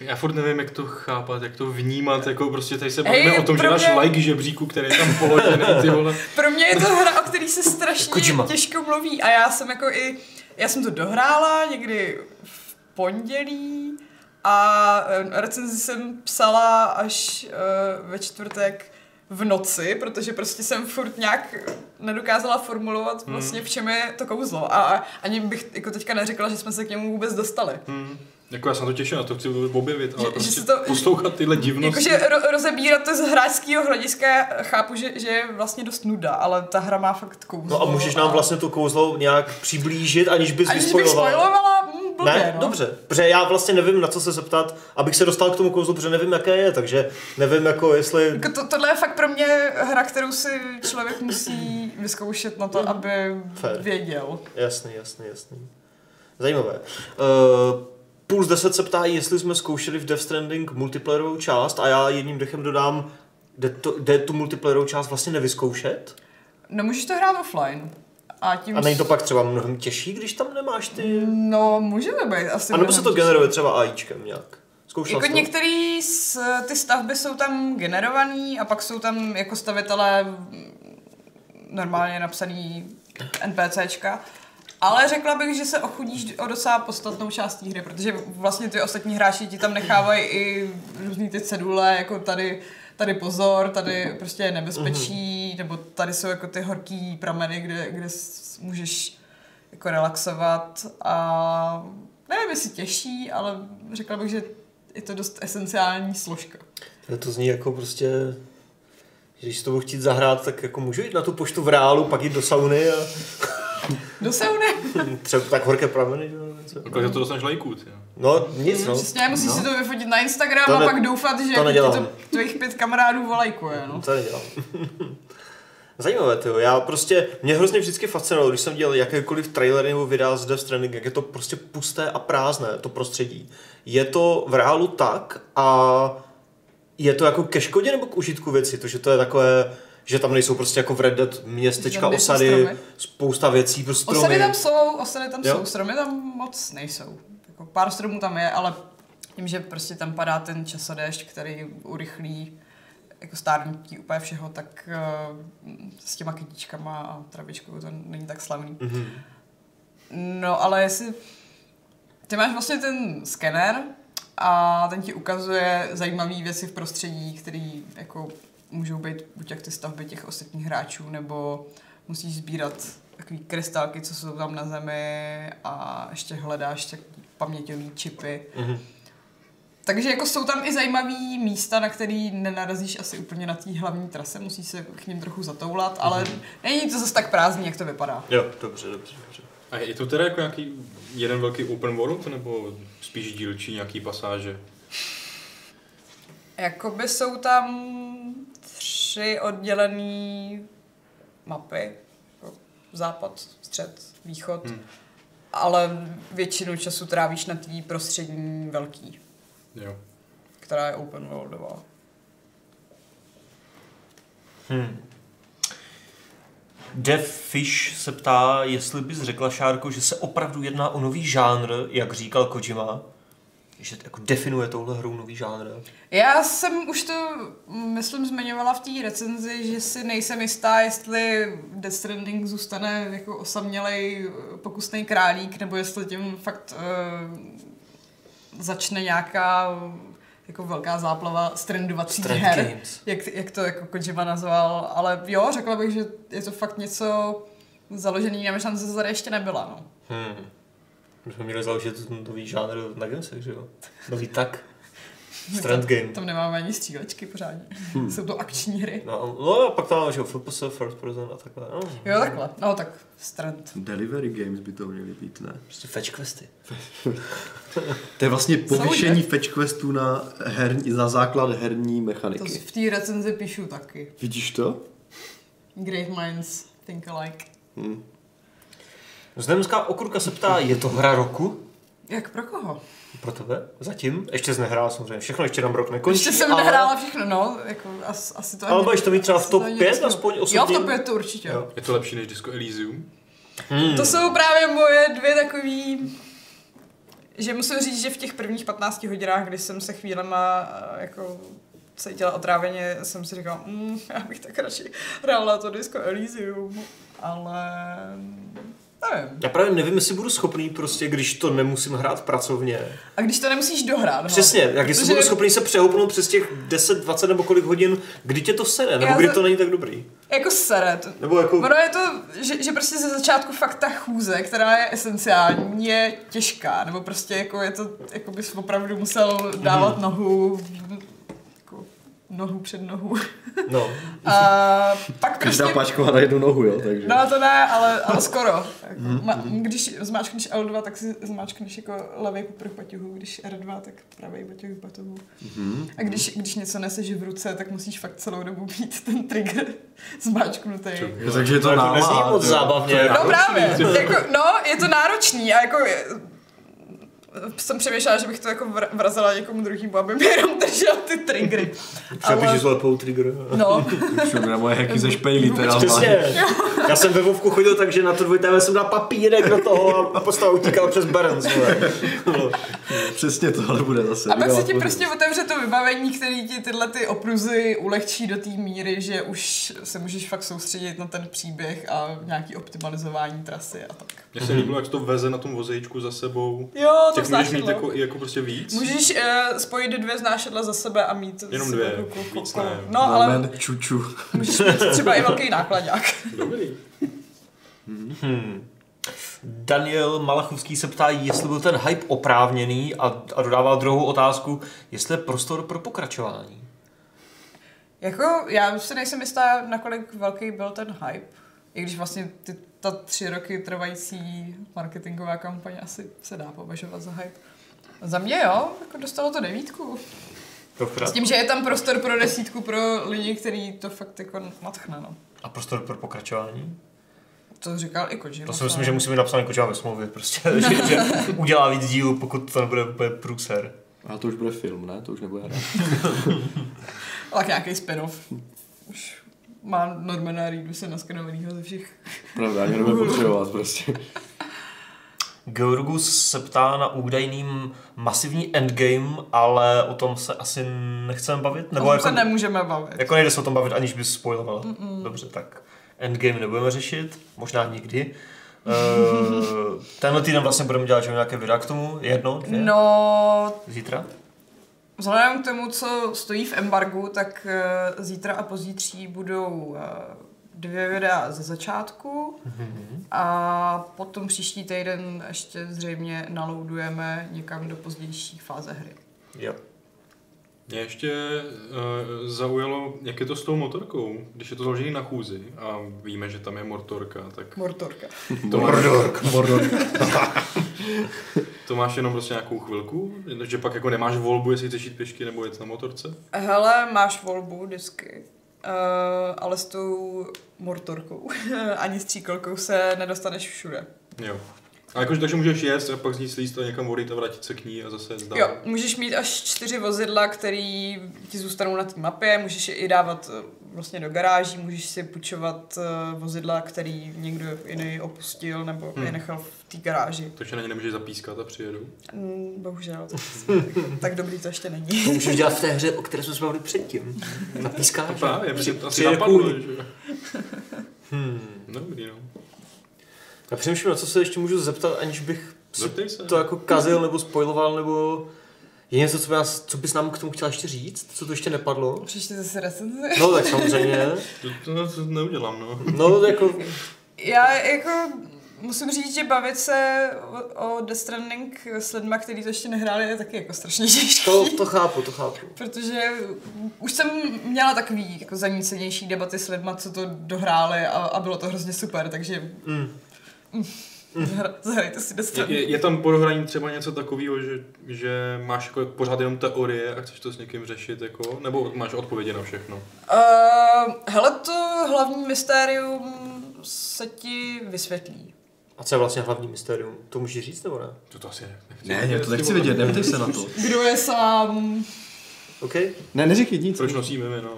Já furt nevím, jak to chápat, jak to vnímat, jako prostě tady se
Hej,
bavíme o tom, že
pro
dáš
mě-
like žebříku, který je tam položený, ty vole.
Pro mě je to hra, o který se strašně
Kojima.
těžko mluví a já jsem jako i, já jsem to dohrála někdy v pondělí a eh, recenzi jsem psala až eh, ve čtvrtek v noci, protože prostě jsem furt nějak nedokázala formulovat
Hmm.
vlastně v čem je to kouzlo a a ani bych jako teďka neřekla, že jsme se k němu vůbec dostali.
Hmm. Jako já se na to těším, na to chci objevit, ale
Že- že
prostě
se to-
poslouchat tyhle
No,
divnosti.
Jakože ro- rozebírat to z hráčského hlediska chápu, že, že je vlastně dost nuda, ale ta hra má fakt kouzlo.
No a můžeš nám vlastně to kouzlo nějak přiblížit, aniž bys
Aniž bych spoilovala, mm, blbě,
ne,
no.
dobře, protože já vlastně nevím, na co se zeptat, abych se dostal k tomu kouzlu, protože nevím, jaké je, takže nevím, jako jestli...
Jako to, tohle je fakt pro mě hra, kterou si člověk musí vyzkoušet na to, aby
Mhm. Fair.
věděl.
Jasný, jasný, jasný. Zajímavé. Uh, Puls 10 se ptá, jestli jsme zkoušeli v Death Stranding multiplayerovou část a já jedním dechem dodám, Jde, to, jde tu multiplayerovou část vlastně nevyzkoušet?
No můžeš to hrát offline. A tím...
A není to pak třeba mnohem těžší, když tam nemáš ty...
No, můžeme být asi.
A nebo se
mnohem
to
těžší.
generuje třeba AIčkem nějak? Zkoušel
Jako
jsi to?
některé ty stavby jsou tam generované a pak jsou tam jako stavitelé mm, normálně napsaný NPCčka. Ale řekla bych, že se ochudíš o docela podstatnou část té hry, protože vlastně ty ostatní hráči ti tam nechávají i různý ty cedule, jako tady, tady pozor, tady prostě je nebezpečí, nebo tady jsou jako ty horký prameny, kde, kde s- můžeš jako relaxovat a nevím, jestli těžší, ale řekla bych, že je to dost esenciální složka.
No to zní jako prostě, že když si to budu chtít zahrát, tak jako můžu jít na tu poštu v reálu, pak jít do sauny a
Do sauny.
třeba tak horké prameny. že jo, něco.
Takhle za Jako, to dostaneš lajků, ty. jo.
No nic,
No,
no.
Přesně, musíš si to vyfotit na Instagram
To
a
ne-
pak doufat, že
to
ti
nedělám.
to tvojich pět kamarádů volajkuje. No.
To nedělám. Zajímavé, tyjo. Já prostě, mě hrozně vždycky fascinovalo, když jsem dělal jakékoliv trailer nebo videa z Death Stranding, jak je to prostě pusté a prázdné, to prostředí. Je to v reálu tak a je to jako ke škodě nebo k užitku věci, to, že to je takové, že tam nejsou prostě jako v Red Dead městečka,
Tam nejsou
osady,
stromy.
spousta věcí, prostě stromy.
Osady tam jsou, osady tam
Jo.
jsou, stromy tam moc nejsou. Jako pár stromů tam je, ale tím, že prostě tam padá ten časodešť, který urychlí jako stárnutí úplně všeho, tak eh, s těma kytičkama a travičkou to není tak slavný.
Mhm.
No, ale jestli... Ty máš vlastně ten skener a ten ti ukazuje zajímavé věci v prostředí, které jako můžou být buď jak ty stavby těch ostatních hráčů, nebo musíš sbírat takový krystalky, co jsou tam na zemi a ještě hledáš takový paměťový čipy.
Mhm.
Takže jako jsou tam i zajímavé místa, na který nenarazíš asi úplně na té hlavní trase, musíš se k ním trochu zatoulat, ale není to zase tak prázdný, jak to vypadá.
Jo, dobře, dobře, dobře.
A je to teda jako nějaký jeden velký open world, nebo spíš dílčí nějaký pasáže?
Jakoby jsou tam tři oddělené mapy. Jako Západ, střed, východ.
Hmm.
Hmm. Ale většinu času trávíš na té prostřední velký,
Jo.
která je open worldová.
Dev Fish se ptá, jestli bys řekla, Šárko, že se opravdu jedná o nový žánr, jak říkal Kojima. Že jako definuje touhle hru nový žánr.
Já jsem už to, myslím, zmiňovala v té recenzi, že si nejsem jistá, jestli Death Stranding zůstane jako osamělej eh, pokusný králík, nebo jestli tím fakt uh, začne nějaká eh, jako velká záplava strandovacích
Strand
her,
games.
jak, jak to jako Kojima nazval, ale jo, řekla bych, že je to fakt něco založený na myšlence, co tady ještě nebyla, no.
Hmm. My jsme měli založit nový žánr na gamesech, že jo? Nový tak.
No,
Strand game. Hm.
Tam nemáme ani střílečky pořádně, jsou to akční hry.
No, no a pak tam máme, že jo, FPS, first person a takhle. No.
Jo, takhle. No, tak strand.
Delivery games by to měly být, ne?
Prostě fetch questy.
To je vlastně
Soudě.
povýšení fetch questů na, herní, na základ herní
To
mechaniky.
v té recenzi píšu taky.
Vidíš to?
Great minds think alike.
Znemská No, okurka se ptá, je to hra roku?
Jak pro koho?
Pro tebe? Zatím? ještě jsi nehrál samozřejmě, všechno ještě nám rok nekončí.
Ještě jsem
ale-
nehrála všechno, no, jako as, asi to
Ale budeš to mít třeba v
asi to
top
ani
5
nestihnu.
aspoň
Jo, v
osobně?
top 5 to určitě.
Jo.
Jo.
Je to lepší než Disco Elysium?
To jsou právě moje dvě takový že musím říct, že v těch prvních 15 hodinách, kdy jsem se chvílema eh, jako cítila otráveně, jsem si říkala, mm, já bych tak radši hrála to disco Elysium, ale nevím.
Já právě nevím, jestli budu schopný prostě, když to nemusím hrát pracovně.
A když to nemusíš dohrát. no.
Přesně, jak jestli
Protože-
budu schopný se přehoupnout přes těch 10, 20 nebo kolik hodin, kdy tě to sere, nebo
Já
kdy
za-
to není tak dobrý.
Jako sere. To,
Nebo jako,
ono je to, že, že prostě ze začátku fakt ta chůze, která je esenciální, je těžká. Nebo prostě jako je to, jako bys opravdu musel dávat nohu, jako nohu před nohu.
no,
A pak prostě...
Každá páčka má na jednu nohu, jo, takže.
No to ne, ale, ale skoro. Jako, ma, když zmáčkneš L2, tak si zmáčkneš jako levý poprch batohu, když R2, tak pravý batoh batohu. A když, když něco neseš v ruce, tak musíš fakt celou dobu být ten trigger zmáčknutý.
Jo, takže je to
to
náma,
No, jako nezní moc
jo.
zábavně.
To
jako.
No
je náročný,
právě,
ty vole.
jako, no, je to náročný a jako je- jsem přemýšlela, že bych to jako vr- vrazila někomu druhému, aby mi jenom držel ty triggery. Ale,
zlepou trigger.
no,
Šup na moje heky ze špejlí teda.
Přesně. Já jsem ve Vovku chodil tak, že na to dvojité jsem dal papírek do toho a postava utíkala přes Berens.
Přesně tohle bude zase.
a pak se ti
Jo, pořád.
prostě otevře to vybavení, který ti tyhle ty opruzy ulehčí do té míry, že už se můžeš fakt soustředit na ten příběh a nějaký optimalizování trasy a tak.
Mně se líbilo, jak se to veze na tom vozejčku za sebou.
Mhm. Jo, to no.
Těch můžeš mít
vznášedlo.
jako, i jako prostě víc.
Můžeš uh, spojit dvě znášedla za sebe a mít...
Jenom
s-
dvě,
ruku- ruku-
víc ne.
No, ale
Moment, čuču.
můžeš mít třeba i velký nákladňák.
Dobrý.
Daniel Malachovský se ptá, jestli byl ten hype oprávněný a, a dodává druhou otázku, jestli je prostor pro pokračování.
Jako, já si nejsem jistá, nakolik velký byl ten hype. I když vlastně ty, ta tři roky trvající marketingová kampaň asi se dá považovat za hype. Za mě jo, jako dostalo to devítku.
Dobrá.
S tím, že je tam prostor pro desítku pro lidi, který to fakt jako natchne, no.
A prostor pro pokračování?
To říkal i Kojima.
To si myslím, že musíme napsat jako ve smlouvě prostě, že, že udělá víc dílů, pokud to nebude úplně průser.
A to už bude film, ne? To už nebude hra.
Tak nějaký spin-off. Už má Normana Reedu se naskenovanýho ze všech.
Pravda, ani nebude potřebovat prostě.
Georgus se ptá na údajný masivní endgame, ale o tom se asi nechceme bavit?
Nebo
Nebo jako,
jako... se nemůžeme bavit.
jako nejde se o tom bavit, aniž bys spoilovala. Mm-mm. Dobře, tak endgame nebudeme řešit, možná nikdy. Eh, Tenhle týden vlastně budeme dělat že jo, nějaké videa k tomu, jedno, dvě,
No,
zítra.
Vzhledem k tomu, co stojí v embargu, tak eh, zítra a pozítří budou eh, dvě videa ze začátku a potom příští týden ještě zřejmě naloudujeme někam do pozdější fáze hry.
Jo.
Mě ještě uh, zaujalo, jak je to s tou motorkou, když je to založený na chůzi a víme, že tam je mortorka, tak
Mortorka.
to, má,
Mordor.
to máš jenom prostě nějakou chvilku, že pak jako nemáš volbu, jestli chceš jít pěšky nebo jet na motorce.
Hele, máš volbu vždycky, uh, ale s tou mortorkou ani stříkolkou se nedostaneš všude.
Jo. A jakože takže můžeš jet a pak z ní slíst a někam vodit a vrátit se k ní a zase jet dál.
Jo, můžeš mít až čtyři vozidla, který ti zůstanou na té mapě, můžeš je i dávat eh, vlastně do garáží, můžeš si půjčovat eh, vozidla, který někdo jiný opustil nebo hmm. je
Hmm.
nechal v té garáži.
Takže na ně nemůžeš zapískat a přijedu.
Mm, Bohužel, tak- tak dobrý to ještě není.
To můžeš dělat v té hře, o které jsme se bavili předtím. Na pískáře.
Právě, protože to asi
přijede
napadlo,
kůň.
že?
Hmm.
Dobrý, no.
Já přemýšlím, na co se ještě můžu zeptat, aniž bych si
Zeptej se. no.
to jako kazil nebo spoiloval, nebo je něco, co, by nás, co bys nám k tomu chtěla ještě říct? Co to ještě nepadlo?
Přečtěte si recenzi.
No tak samozřejmě.
To, to, to neudělám, no.
No jako,
Já jako musím říct, že bavit se o, o Death Stranding s lidma, kteří to ještě nehráli, je taky jako strašně těžký.
to, to chápu, to chápu.
Protože už jsem měla takový jako zanícenější debaty s lidma, co to dohráli a, a bylo to hrozně super, takže
Mm.
hra- zahrajte si Death
Je,
Stranding.
je, je tam po dohraní třeba něco takového, že, že máš jako pořád jenom teorie a chceš to s někým řešit, jako, nebo máš odpovědi na všechno?
Uh, hele, to hlavní mystérium se ti vysvětlí.
A co je vlastně hlavní mysterium? To můžeš říct nebo ne?
To, to asi nechci
Ne, ne, to nechci vidět, neptej se na to.
Kdo je sám?
OK?
Ne, neříkej nic.
Proč nosíme no? jméno?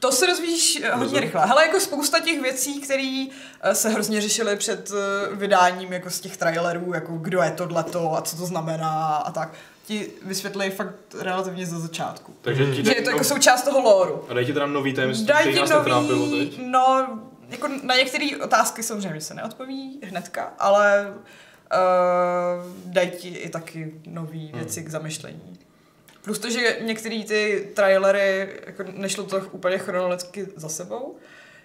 To se dozvíš eh, hodně
Rozumím.
rychle. Hele, jako spousta těch věcí, které eh, se hrozně řešily před eh, vydáním jako z těch trailerů, jako kdo je tohleto a co to znamená a tak, ti vysvětlí fakt relativně ze začátku.
Takže
Hmm.
ti
Že
dej,
je to
no,
jako součást toho lóru.
A dej ti tam nový tajemství,
Dají
který
ti
nás netrápilo
nový,
teď.
no, jako na některé otázky samozřejmě se neodpoví hnedka, ale uh, dají ti i taky nové
Hmm.
věci k zamyšlení. Plus to, že některé ty trailery, jako nešlo to úplně chronologicky za sebou,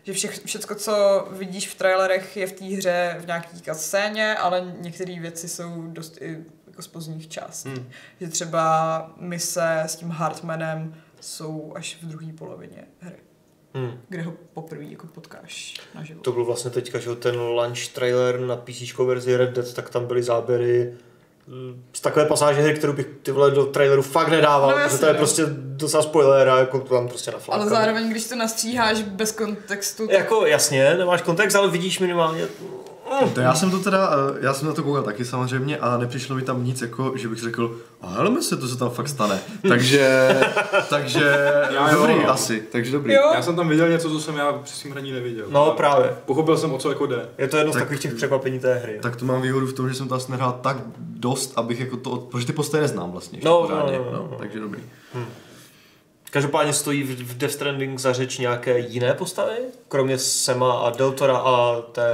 že vše, všecko, co vidíš v trailerech, je v té hře v nějaký jako scéně, ale některé věci jsou dost i jako z pozdních částí.
Hmm.
Že třeba mise s tím Hartmanem jsou až v druhé polovině hry,
Hmm.
kde ho poprvé jako potkáš naživo.
To byl vlastně teďka, že jo, ten launch trailer na PC verzi Red Dead, tak tam byly záběry mm, z takové pasáže hry, kterou bych ty vole do traileru fakt nedával,
No,
no, protože
jasně,
to je
no.
prostě docela spoiler a jako to tam prostě na
Ale zároveň, když to nastříháš bez kontextu, tak
Jako jasně, nemáš kontext, ale vidíš minimálně
To já jsem to teda, eh, já jsem na to koukal taky samozřejmě a nepřišlo mi tam nic jako, že bych řekl, a hele se to, co tam fakt stane. takže, takže,
Já jo,
dobrý
no.
asi, takže dobrý.
Jo.
Já jsem tam viděl něco, co jsem já při svým hraní neviděl.
No
Ale
právě.
Pochopil jsem, o co jako jde.
Je to jedno z
Tak-
takových těch překvapení té hry.
Tak to mám výhodu v tom, že jsem to asi nehrál tak dost, abych jako to, od- protože ty postavy neznám vlastně. ještě
No, no,
pořádně,
no, no, no.
takže dobrý.
Každopádně stojí v v Death Stranding za řeč nějaké jiné postavy, kromě Sema a Deltora a té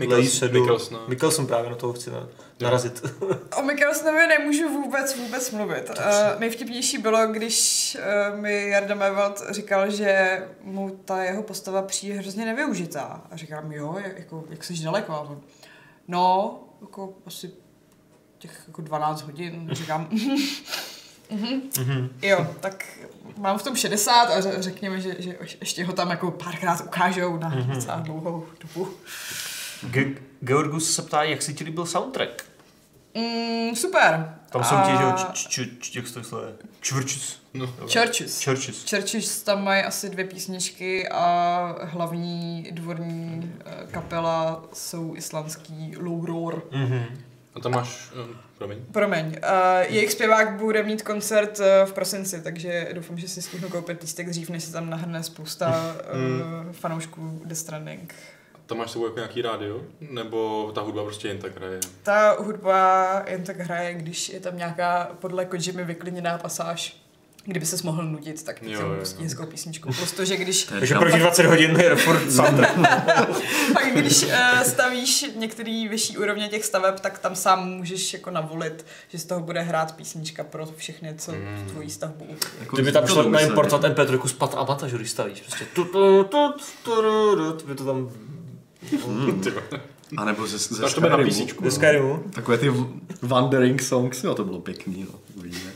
Mikkels-
Leisedu.
Mikkelsna.
Mikkelsen právě na toho chci na, narazit.
O Mikkelsnovi nemůžu vůbec, vůbec mluvit. Uh, nejvtipnější bylo, když uh, mi Jarda Mevald říkal, že mu ta jeho postava přijde hrozně nevyužitá. A říkám, jo, jak, jako, jak jsi daleko? A on, no, jako asi těch jako 12 hodin. Říkám, mhm. jo, tak mám v tom 60 a ř- řekněme, že, že ješ- ještě ho tam jako párkrát ukážou na
Mhm.
docela dlouhou dobu.
Ge- Georgus se ptá, jak si ti líbil soundtrack.
Mm, super.
Tam jsou ti, že jo, č- č- č- jak se to slove? Čvrčus.
No.
Churches.
Čvrčus.
Churches tam mají asi dvě písničky a hlavní dvorní eh, kapela jsou islandský Low Roar.
Hmm.
Mhm.
A tam máš, um, promiň.
Promiň, eh, jejich zpěvák bude mít koncert eh, v prosinci, takže doufám, že si stihnu koupit lístek dřív, než se tam nahrne spousta
Hmm.
eh, fanoušků Death Stranding.
A Tam máš s sebou jako nějaký rádio? Nebo ta hudba prostě jen tak hraje?
Ta hudba jen tak hraje, když je tam nějaká podle Kojimy vykliněná pasáž. Kdyby ses mohl nudit, tak
Jo,
ti
jo,
tam
jo.
pustí hezkou písničku. Protože když
Takže první 20 hodin je furt soundtrack.
Pak když eh, stavíš některý vyšší úrovně těch staveb, tak tam sám můžeš jako navolit, že z toho bude hrát písnička pro všechny, co mm. tvojí stavbu.
Jako
Kdyby tam
to
šlo
domysleli.
naimportovat MP3 z pat Abata, že když stavíš. Prostě tu, tu, tu, tu, tu, tu, tu, by to tam...
Ty vole.
A nebo ze, ze
Dáš to na
Skyrimu.
písničku.
Ze Skyrimu.
no. Takové ty v- wandering songs, jo, to bylo pěkný, no, uvidíme.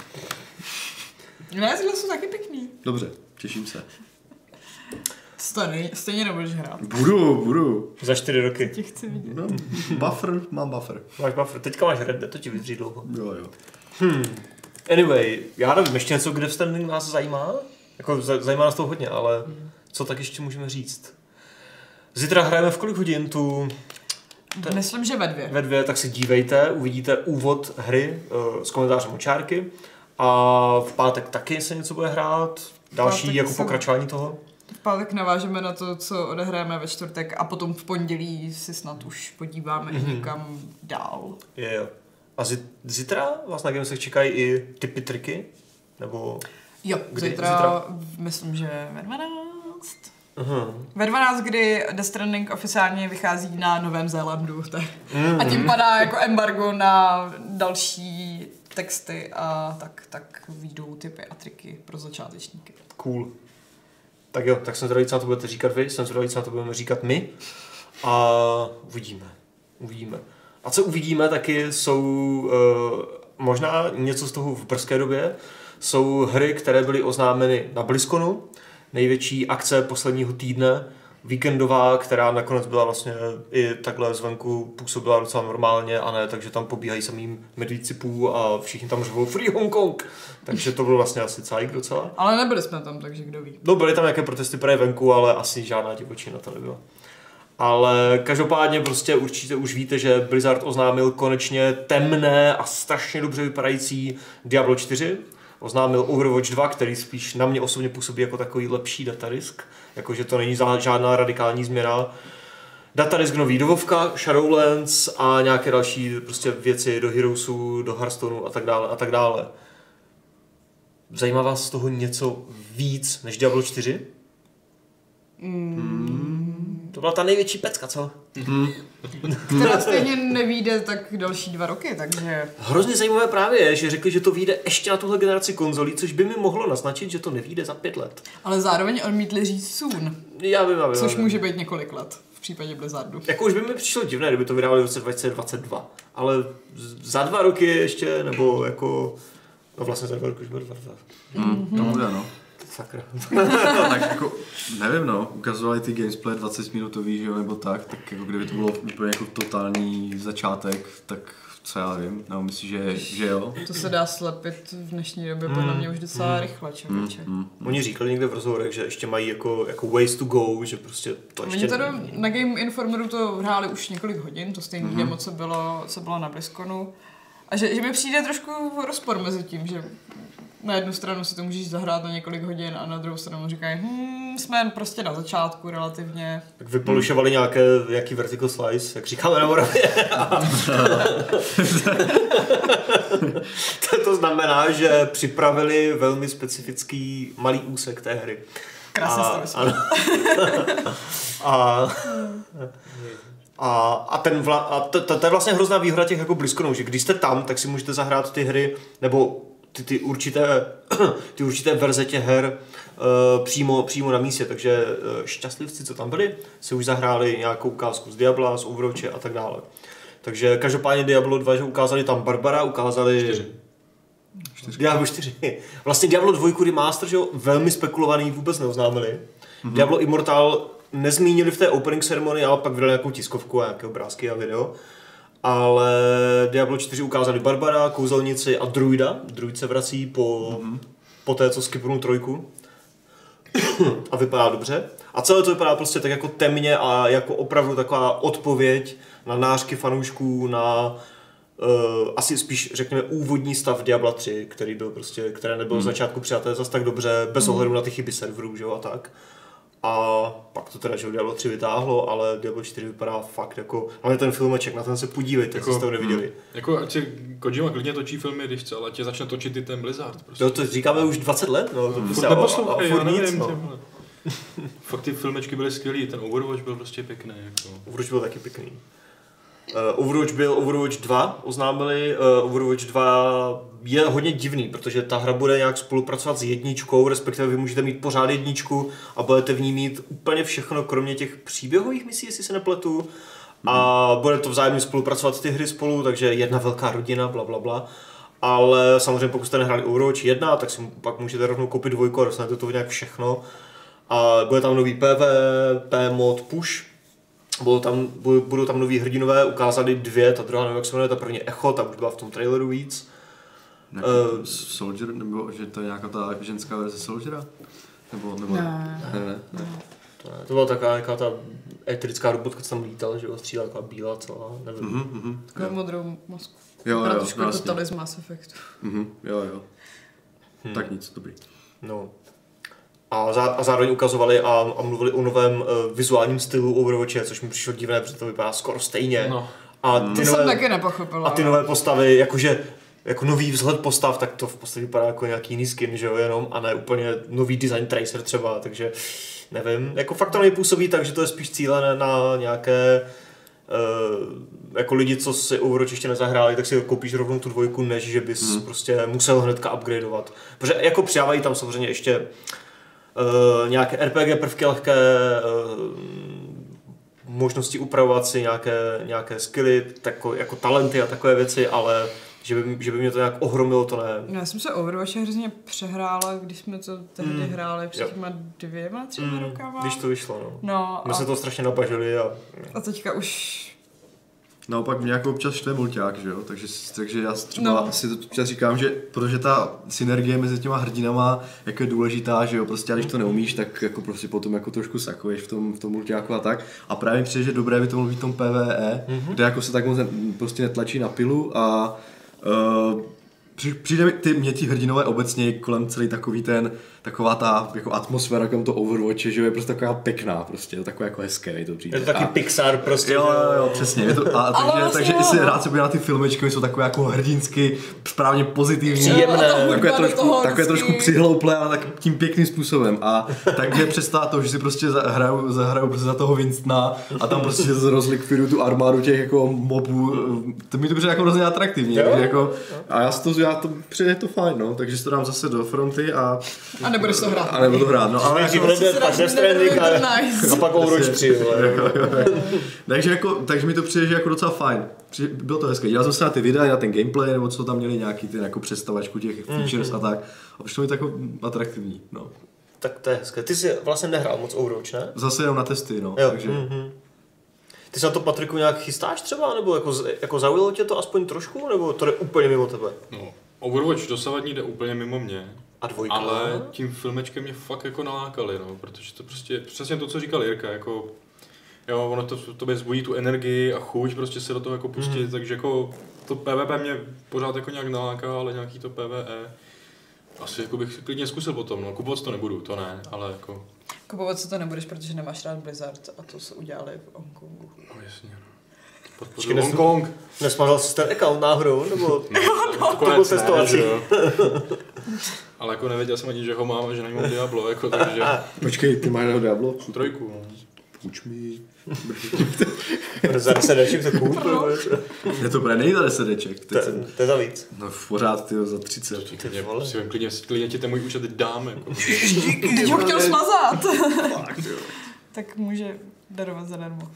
Ne, tyhle jsou taky pěkný.
Dobře, těším se.
Stany, stejně nebudeš hrát.
Budu, budu.
Za 4 roky.
Tě chci vidět.
No, buffer, mám buffer.
Máš buffer. Teďka máš Red Dead, to ti vydří dlouho.
Jo, jo.
Anyway, já nevím, ještě něco, kde standing nás zajímá? Jako za- zajímá nás to hodně, ale co tak ještě můžeme říct? Zítra hrajeme v kolik hodin tu
Myslím, že ve dvě.
ve dvě, tak se dívejte, uvidíte úvod hry uh, s komentářem u čárky. A v pátek taky se něco bude hrát, další
pátek
jako
se-
pokračování toho.
V pátek navážeme na to, co odehráme ve čtvrtek a potom v pondělí si snad už podíváme mm-hmm. někam dál.
Je, jo. A zi- zítra vás na Gamesech čekají i typy triky? Nebo...
Jo,
Kdy?
zítra,
Zítra?
myslím, že ve 12.
Uh-huh.
Ve 12, kdy Death Stranding oficiálně vychází na Novém Zélandu. Tak. A tím
Mhm.
padá jako embargo na další texty a tak, tak výjdou typy a triky pro začátečníky.
Cool. Tak jo, tak jsem zvědavý, co na to budete říkat vy, jsem zvědavý, co na to budeme říkat my. A uvidíme. Uvidíme. A co uvidíme taky jsou uh, možná něco z toho v brzké době. Jsou hry, které byly oznámeny na BlizzConu. Největší akce posledního týdne, víkendová, která nakonec byla vlastně i takhle zvenku působila docela normálně a ne, takže tam pobíhají samým medvíci pů a všichni tam řvou Free Hong Kong. Takže to bylo vlastně asi cajk docela.
Ale nebyli jsme tam, takže kdo ví.
No byly tam nějaké protesty právě venku, ale asi žádná divočina to nebyla. Ale každopádně prostě určitě už víte, že Blizzard oznámil konečně temné a strašně dobře vypadající Diablo 4. Oznámil Overwatch 2, který spíš na mě osobně působí jako takový lepší datadisk. Jakože to není za- žádná radikální změna. Datadisk nový do Vovka, Shadowlands a nějaké další prostě věci do Heroesů, do Hearthstoneu a tak dále a tak dále. Zajímá vás z toho něco víc než Diablo 4? Mm. To byla ta největší pecka, co?
Která stejně nevíde tak další dva roky, takže
Hrozně zajímavé právě je, že řekli, že to vyjde ještě na tuhle generaci konzolí, což by mi mohlo naznačit, že to nevyjde za pět let.
ale zároveň odmítli říct soon,
Já vím, já vím.
což
já vím.
může být několik let v případě Blizzardu.
Jako už by mi přišlo divné, kdyby to vydávali v roce 2022, ale z- za dva roky ještě, nebo jako... No vlastně za dva roky už bude 22.
Mm, to bude, no.
Sakra.
tak jako, nevím no, ukazovali ty gameplay 20 minutový, že jo, nebo tak, tak jako kdyby to bylo úplně jako totální začátek, tak co já vím, nebo myslím, že, že jo.
To se dá slepit v dnešní době, podle
Mm.
mě už docela rychle, člověče.
Oni říkali někde v rozhovorech, že ještě mají jako, jako ways to go, že prostě to ještě...
Oni tady na Game Informeru to hráli už několik hodin, to stejný
Mhm.
mm-hmm. demo, co bylo, co bylo na BlizzConu. A že, že mi přijde trošku rozpor mezi tím, že na jednu stranu si to můžeš zahrát na několik hodin a na druhou stranu říkají, hm, jsme prostě na začátku relativně.
Tak vypolušovali nějaké, jaký vertical slice, jak říkáme na Moravě. to, to znamená, že připravili velmi specifický malý úsek té hry.
Krásně jste
a, a, a, a, a, ten vla, a to, to, to, je vlastně hrozná výhoda těch jako blízkonou, že když jste tam, tak si můžete zahrát ty hry, nebo ty, ty, určité, ty určité verze těch her uh, přímo, přímo na místě, takže uh, šťastlivci, co tam byli, si už zahráli nějakou ukázku z Diabla, z Overwatche a tak dále. Takže každopádně Diablo 2, že ukázali tam Barbara, ukázali...
Čtyři.
Diablo 4. Vlastně Diablo 2 remaster, že jo, velmi spekulovaný, vůbec neoznámili. Mm-hmm. Diablo Immortal nezmínili v té opening ceremony, ale pak vydali nějakou tiskovku a nějaké obrázky a video. Ale Diablo 4 ukázali Barbara, kouzelnici a druida. Druid se vrací po, mm-hmm. po té, co skipnul trojku. a vypadá dobře. A celé to vypadá prostě tak jako temně a jako opravdu taková odpověď na nářky fanoušků, na uh, asi spíš řekněme úvodní stav Diabla 3, který byl prostě, které nebylo hmm. začátku přijaté zas tak dobře, bez ohledu na ty chyby serverů, že jo, a tak. A pak to teda, že jo, Diablo 3 vytáhlo, ale Diablo 4 vypadá fakt jako, ale ten filmeček, na ten se podívejte, jako,
Jako-
jste ho neviděli.
Jako, ať si Kojima klidně točí filmy, když chce, ale tě začne točit i ten Blizzard. Prostě.
Jo, to říkáme už 20 let, no, to
Furt
prostě
neposlouchej,
furt
já
nic,
nevím,
no.
ty vole. Fakt ty filmečky byly skvělý, ten Overwatch byl prostě pěkný. Jako.
No. Overwatch byl taky pěkný. Uh, Overwatch byl Overwatch 2, oznámili. Uh, Overwatch 2 je hodně divný, protože ta hra bude nějak spolupracovat s jedničkou, respektive vy můžete mít pořád jedničku a budete v ní mít úplně všechno, kromě těch příběhových misí, jestli se nepletu. A bude to vzájemně spolupracovat ty hry spolu, takže jedna velká rodina, bla, bla, bla. Ale samozřejmě pokud jste nehráli Overwatch 1, tak si mu- pak můžete rovnou koupit dvojku a dostanete to nějak všechno. A bude tam nový PvP mod push, Budou tam, bu- budou tam noví hrdinové, ukázali dvě, ta druhá nevím, jak se jmenuje, ta první Echo, ta už byla v tom traileru víc.
Nějaký
Eh,
Soldier, nebo že to je nějaká ta ženská verze Soldiera? Nebo, nebo
Ne.
ne, ne, ne.
To, ne, to byla taková nějaká ta etrická robotka, co tam lítala, že jo, střílela taková bílá celá, nevím. Mm-hmm.
Mhm, mhm.
Takovou modrou masku.
Jo,
Vypadá
jo,
trošku
no,
jako
jasně.
Talis Mass Effectu.
Mhm, jo, jo. Tak nic, dobrý.
No. A, zá, a zároveň ukazovali a, a mluvili o novém uh, vizuálním stylu Overwatche, což mi přišlo divné, protože to vypadá skoro stejně.
No.
A ty
To
nové,
jsem taky nepochopila.
a ty nové postavy, jakože jako nový vzhled postav, tak to v podstatě vypadá jako nějaký jiný skin, že jo, jenom, a ne úplně nový design tracer třeba, takže nevím, jako fakt to nepůsobí tak, že to je spíš cílené na nějaké eh, jako lidi, co si Overwatch ještě nezahráli, tak si koupíš rovnou tu dvojku, než že bys hmm. prostě musel hnedka upgradeovat. Protože jako přidávají tam samozřejmě ještě eh, nějaké RPG prvky lehké, eh, možnosti upravovat si nějaké, nějaké skilly, tako, jako talenty a takové věci, ale že by, že by mě to nějak ohromilo, to ne.
No, já jsem se Overwatche hrozně přehrála, když jsme to tehdy
Mm,
hráli před
jo. Hmm,
těma dvěma, třema rokama.
Když to vyšlo, no.
No
My
a,
se to strašně nabažili a...
a teďka už
Naopak mě jako občas štve mulťák, že jo? Takže, takže já třeba
No.
no. si to občas říkám, že protože ta synergie mezi těma hrdinama jako je důležitá, že jo, prostě a když to neumíš, tak jako prostě potom jako trošku sakuješ v tom, v tom mulťáku a tak. A právě mi přijde, že dobré by to mohlo být v tom PVE, mm-hmm. kde jako se tak moc ne, prostě netlačí na pilu a uh, při- Přijde mi ty, mě ti hrdinové obecně kolem celý takový ten, taková ta jako atmosféra kolem toho Overwatche, že jo, je prostě taková pěkná prostě, taková jako hezké, mi to přijde.
Je to taky
a,
Pixar prostě.
Jo, jo, jo, přesně. Je to, a, takže,
vlastně
takže
jo,
jestli
no.
rád se na ty filmečky, jsou takové jako hrdinsky, správně pozitivní.
Příjemné.
No, a ta hudba
Takové
do
trošku,
toho
takové
vždycky-
trošku přihlouplé, ale tak tím pěkným způsobem. A takže přestá to, že si prostě zahrajou, zahrajou prostě za toho Winstona a tam prostě rozlikvidují tu armádu těch jako mobů. To mi to přijde jako hrozně atraktivní.
Jo.
Takže jako, a já si to, já to přijde to fajn, no. Takže si to dám zase do fronty a,
A nebudeš to hrát.
a nebudu to hrát. No, ale
Nejdřív
jako-
Red Dead, pak Death Stranding a,
Nice.
a pak Overwatch 3. vole.
takže, jako, takže mi to přijde, že jako docela fajn. Při- Bylo to hezké. Dělal jsem se na ty videa, na ten gameplay, nebo
Mhm.
co tam měli nějaký ten jako představačku těch features a tak. A přišlo mi to jako atraktivní. No.
Tak to je hezké. Ty jsi vlastně nehrál moc Overwatch, ne?
Zase jenom na testy, no.
Jo,
takže...
mhm. Ty se na to, Patriku, nějak chystáš třeba? Nebo jako, z- jako zaujalo tě to aspoň trošku? Nebo to jde úplně mimo tebe?
No, Overwatch dosavadní jde úplně mimo mě.
A dvojka?
Ale tím filmečkem mě fakt jako nalákali, no, protože to prostě, přesně to, co říkal Jirka, jako, jo, ono to v tobě zbudí tu energii a chuť prostě se do toho jako pustit, mm. takže jako to PvP mě pořád jako nějak naláká, ale nějaký to PvE, asi jako bych klidně zkusil potom, no, kupovat to nebudu, to ne, ale jako,
Kupovat se to nebudeš, protože nemáš rád Blizzard a to se udělali v Hongkongu.
no jasně, no.
Počkej,
Podporuji
nesu-
Hong Kong.
Nesmazal jsi ten account náhodou? Nebo...
to
byl testovací.
Ale jako nevěděl jsem ani, že ho mám a že na něm mám Diablo, jako, takže
Počkej, ty máš na Diablo?
trojku, no.
Půjč mi.
Za 10 dalších to kůl.
Je to právě, není to 10 deček.
To,
Teď jsem,
to je za víc.
no v pořád, ty za 30.
Ty
Ty
klidně,
vole.
si vem, klidně, klidně ti ten můj účet dám. Jako.
Teď ho chtěl smazat!
Fakt, jo.
tak může darovat zadarmo.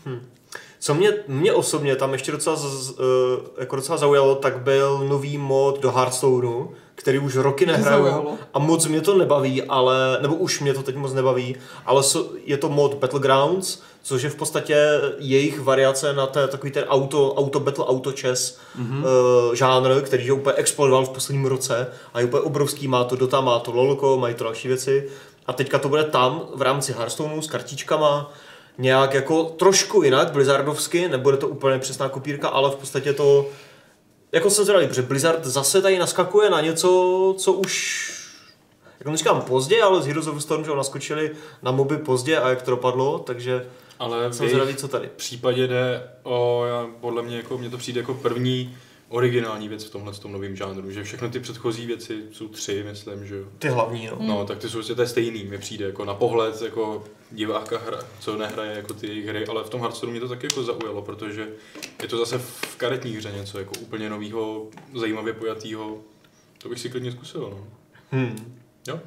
Co mě, mě osobně tam ještě docela, z, z- eh, jako docela zaujalo, tak byl nový mod do Hearthstoneu, který už roky nehraju
zaujalo?
a moc mě to nebaví, ale, nebo už mě to teď moc nebaví, ale so, je to mod Battlegrounds, což je v podstatě jejich variace na té, takový ten auto, auto battle, auto chess mm-hmm. uh, žánr, který je úplně explodoval v posledním roce a je úplně obrovský, má to Dota, má to Lolko, mají to další věci a teďka to bude tam v rámci Hearthstoneu s kartičkama, nějak jako trošku jinak, blizzardovsky, nebude to úplně přesná kopírka, ale v podstatě to jako jsem zvědavý, protože Blizzard zase tady naskakuje na něco, co už jako neříkám pozdě, ale z Heroes of the Storm, že ho naskočili na moby pozdě a jak to dopadlo, takže
Ale v
jsem zvědavý,
jejich
co tady.
případě jde o, já, podle mě, jako, mně to přijde jako první originální věc v tomhle tom novém žánru, že všechny ty předchozí věci jsou tři, myslím, že jo.
Ty hlavní, no.
No, tak ty jsou prostě to je stejný, mi přijde jako na pohled jako diváka, hra, co nehraje jako ty jejich hry, ale v tom Hearthstone mě to taky jako zaujalo, protože je to zase v karetní hře něco jako úplně novýho, zajímavě pojatýho, to bych si klidně zkusil, no.
Hmm.
Jo,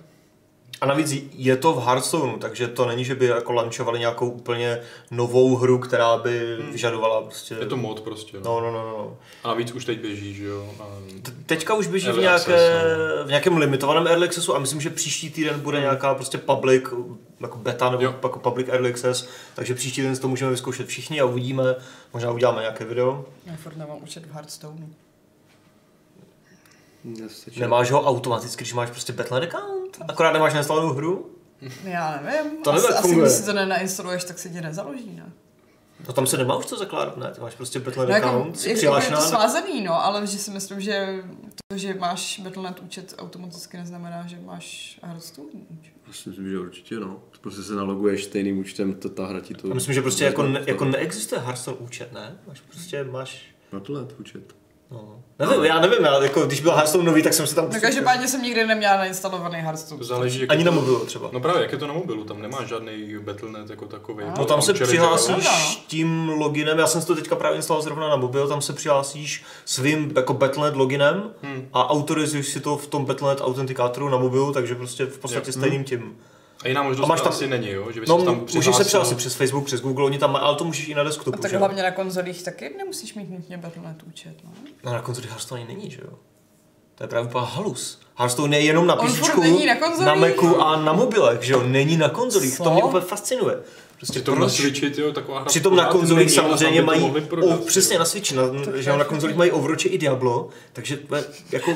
A navíc je to v Hearthstoneu, takže to není, že by jako lančovali nějakou úplně novou hru, která by vyžadovala prostě...
Hmm. je to mod prostě, no.
No, no, no, no.
A navíc už teď běží, že jo. A
T- Teďka už běží v,
Early
nějaké,
access,
v nějakém limitovaném early accessu a myslím, že příští týden bude nějaká prostě public, jako beta nebo
Jo.
jako public early access, takže příští týden si to můžeme vyzkoušet všichni a uvidíme, možná uděláme nějaké video.
Já furt nemám účet v Hearthstone.
Nemáš ho automaticky, když máš prostě Battle account, akorát nemáš nainstalovanou hru,
Já nevím.
To nevím,
asi,
jak
asi
funguje.
když si to nenainstaluješ, tak se ti nezaloží, ne?
no tam se nemá už co zakládat, ne? Ty máš prostě Battle
No, jako,
account,
je,
jsi
jako je to
přihlášená, na-
svázaný, no, ale že si myslím, že to, že máš Battle.net účet, automaticky neznamená, že máš Hearthstone účet.
Já si myslím, že určitě no. Prostě se naloguješ stejným účtem, to ta hra ti to...
já myslím, že prostě jako, ne, jako neexistuje Hearthstone účet, ne? Máš prostě, máš,
Na to let účet.
no. Nevím, já nevím, já, jako, když byl Hearthstone nový, tak jsem se tam... prostě-
No každopádně jsem nikdy neměla nainstalovaný Hearthstone.
Záleží, jak
Ani
je to-
na mobilu třeba.
No právě, jak je to na mobilu, tam nemáš žádný Battle.net jako takový.
No tam se
čelíš
přihlásíš
jako-
Ano.
tím loginem, já jsem si to teďka právě instaloval zrovna na mobil, tam se přihlásíš svým jako Battle.net loginem
Hmm.
a autorizuješ si to v tom Battle.net autentikátoru na mobilu, takže prostě v podstatě stejným tím.
A jiná možnost
A máš
máš
tam-
tam... asi není, jo? Že bys
No,
se Hmm. tam
můžeš se přihlásit přes Facebook, přes Google, oni tam mají, ale to můžeš i na
A
desktopu,
No, tak
že jo?
hlavně na konzolích taky nemusíš mít nutně Battle.net účet, no.
No, na konzoli Hearthstone ani není, že jo? To je právě úplně halus. Hearthstone je jenom na
On furt
písičku,
není na konzolích.
na Macu a na mobilech, že jo? Není na konzolích, to
Co?
mě úplně fascinuje. Prostě
Přitom na
proč?
Switchi, tyjo, taková hra.
Přitom na
pořád
konzolích
není, ale tam
samozřejmě
by to
mají,
mohli prodat,
o,
jo.
přesně na Switchi, na, že jo, na konzolích mají Overwatch i Diablo, takže to je- jako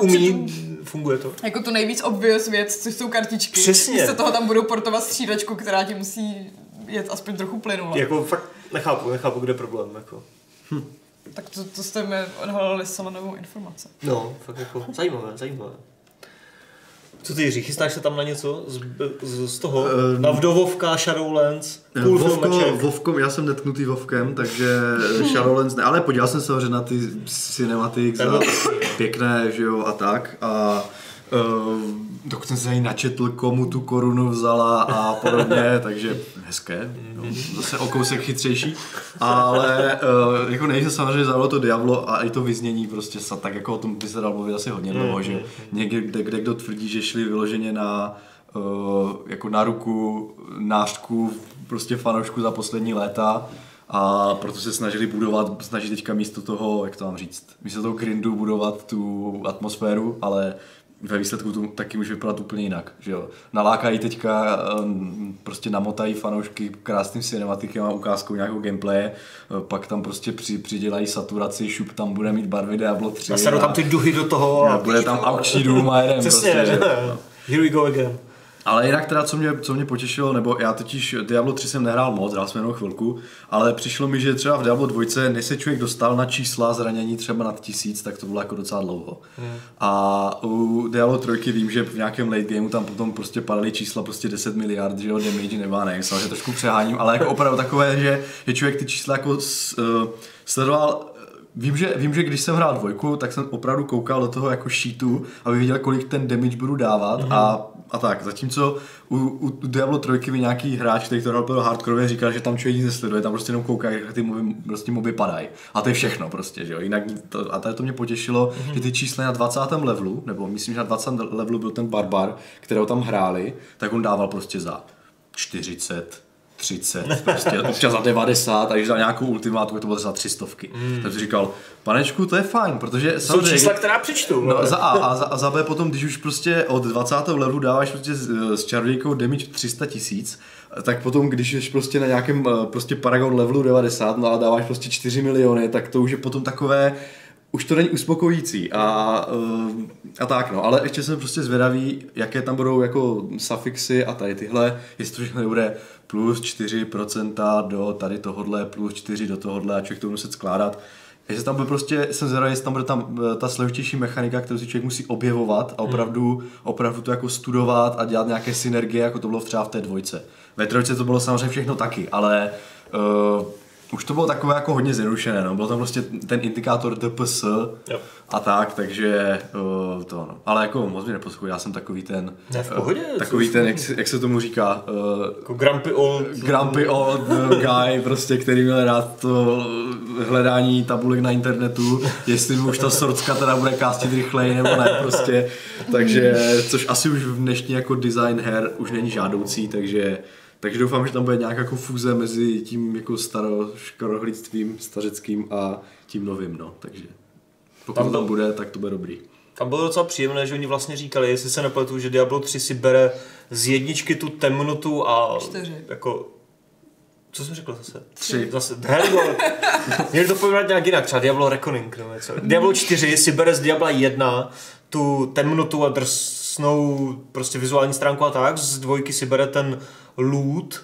umí, funguje to.
Jako tu nejvíc obvious věc, což jsou kartičky.
Přesně.
Místo toho tam budou portovat střídačku, která ti musí jet aspoň trochu plynule.
Jako fakt nechápu, nechápu, kde je problém, jako.
Tak to, to jste mi odhalili sama novou informaci.
No, fakt jako zajímavé, zajímavé. Co ty Jiří, chystáš se tam na něco z, z, z toho?
Ehm. Eh,
na vdovovka, Shadowlands, půl
Vovko,
filmeček.
Vovkom, já jsem netknutý Vovkem, takže Shadowlands ne, ale podíval jsem se samozřejmě na ty cinematics
Ten byl
a
pěkný, jo.
pěkné, že jo, a tak. A eh, dokud jsem se i načetl, komu tu korunu vzala a podobně, takže hezké, no, zase o kousek chytřejší, ale eh, jako nejvíc mě samozřejmě zaujalo to Diablo a i to vyznění prostě sa, tak jako o tom by se dal mluvit asi hodně dlouho, že někde, kde, kde kdo tvrdí, že šli vyloženě na eh, jako na ruku nářku prostě fanoušku za poslední léta a proto se snažili budovat, snaží teďka místo toho, jak to mám říct, místo toho grindu budovat tu atmosféru, ale ve výsledku to taky může vypadat úplně jinak. Že jo? Nalákají teďka, um, prostě namotají fanoušky krásným cinematikem a ukázkou nějakého gameplaye, eh, pak tam prostě při, přidělají saturaci, šup tam bude mít barvy Diablo 3.
Nasadou tam ty duhy do toho
a bude tam aukční dům a jedem.
Přesně,
prostě, že jo.
here we go again.
Ale jinak teda, co mě, co mě potěšilo, nebo já totiž Diablo 3 jsem nehrál moc, hrál jsem jenom chvilku, ale přišlo mi, že třeba v Diablo 2, než se člověk dostal na čísla zranění třeba nad tisíc, tak to bylo jako docela dlouho. Hmm. A u Diablo 3 vím, že v nějakém late gameu tam potom prostě padaly čísla prostě 10 miliard, že jo, damage nebo já nevím, samozřejmě trošku přeháním, ale jako opravdu takové, že, že člověk ty čísla jako s, uh, sledoval Vím že, vím, že když jsem hrál dvojku, tak jsem opravdu koukal do toho jako sheetu, aby věděl, kolik ten damage budu dávat mm-hmm. a, a tak. Zatímco u, u Diablo 3 mi nějaký hráč, který to hrál úplně hardcore, říkal, že tam člověk nic nesleduje, tam prostě jenom kouká, jak ty moby, prostě moby padají. A to je všechno prostě, že jo. Jinak to, a tady to mě potěšilo, mm-hmm. že ty čísla na 20. levelu, nebo myslím, že na 20. levelu byl ten barbar, kterého tam hráli, tak on dával prostě za 40, 30, prostě občas za 90 a když za nějakou ultimátku, tak to bylo za 300. Mm. Tak jsem říkal, panečku, to je fajn, protože
Hmm. Jsou
samozřejmě-
čísla, která přečtu.
No, za A, a za, a za B potom, když už prostě od 20. levelu dáváš prostě s, s čarodějkou damage 300 tisíc, tak potom, když jsi prostě na nějakém eh, prostě Paragon levelu 90, no a dáváš prostě 4 miliony, tak to už je potom takové, už to není uspokojící a, ehm, a tak no, ale ještě jsem prostě zvědavý, jaké tam budou jako safixy a tady tyhle, jestli to všechno bude plus 4% do tady tohodle, plus 4 do tohodle a člověk to bude muset skládat. Jestli tam bude prostě, jsem zvědavý, jestli tam bude tam eh, ta složitější mechanika, kterou si člověk musí objevovat
Hmm.
a opravdu, opravdu to jako studovat a dělat nějaké synergie, jako to bylo třeba v té dvojce. Ve trojce to bylo samozřejmě všechno taky, ale uh, už to bylo takové jako hodně zjednodušené, no. Byl tam prostě ten indikátor DPS
Jo.
a tak, takže uh, to no. Ale jako moc mě neposlouchej, já jsem takový ten,
Ne, v
eh,
pohodě,
takový
co-
ten, jak, se- jak se tomu říká, eh,
Jako Grumpy Old.
grumpy old guy, prostě, který měl rád to hledání tabulek na internetu, jestli mu už ta sorcka teda bude kástit rychleji nebo ne prostě, takže, což asi už v dnešní jako design her už není žádoucí, takže takže doufám, že tam bude nějaká jako fúze mezi tím jako staroškorohlíctvím stařeckým a tím novým, no, takže pokud to tam bude, tak to bude dobrý.
Tam bylo docela příjemné, že oni vlastně říkali, jestli se nepletu, že Diablo 3 si bere z jedničky tu temnotu a
Čtyři.
jako co jsem řekl zase?
Tři.
Zase, Diablo. Měli to pojmenovat nějak jinak, třeba Diablo Reckoning nebo něco. Diablo 4 si bere z Diabla 1 tu temnotu a drsnou prostě vizuální stránku a tak, z dvojky si bere ten loot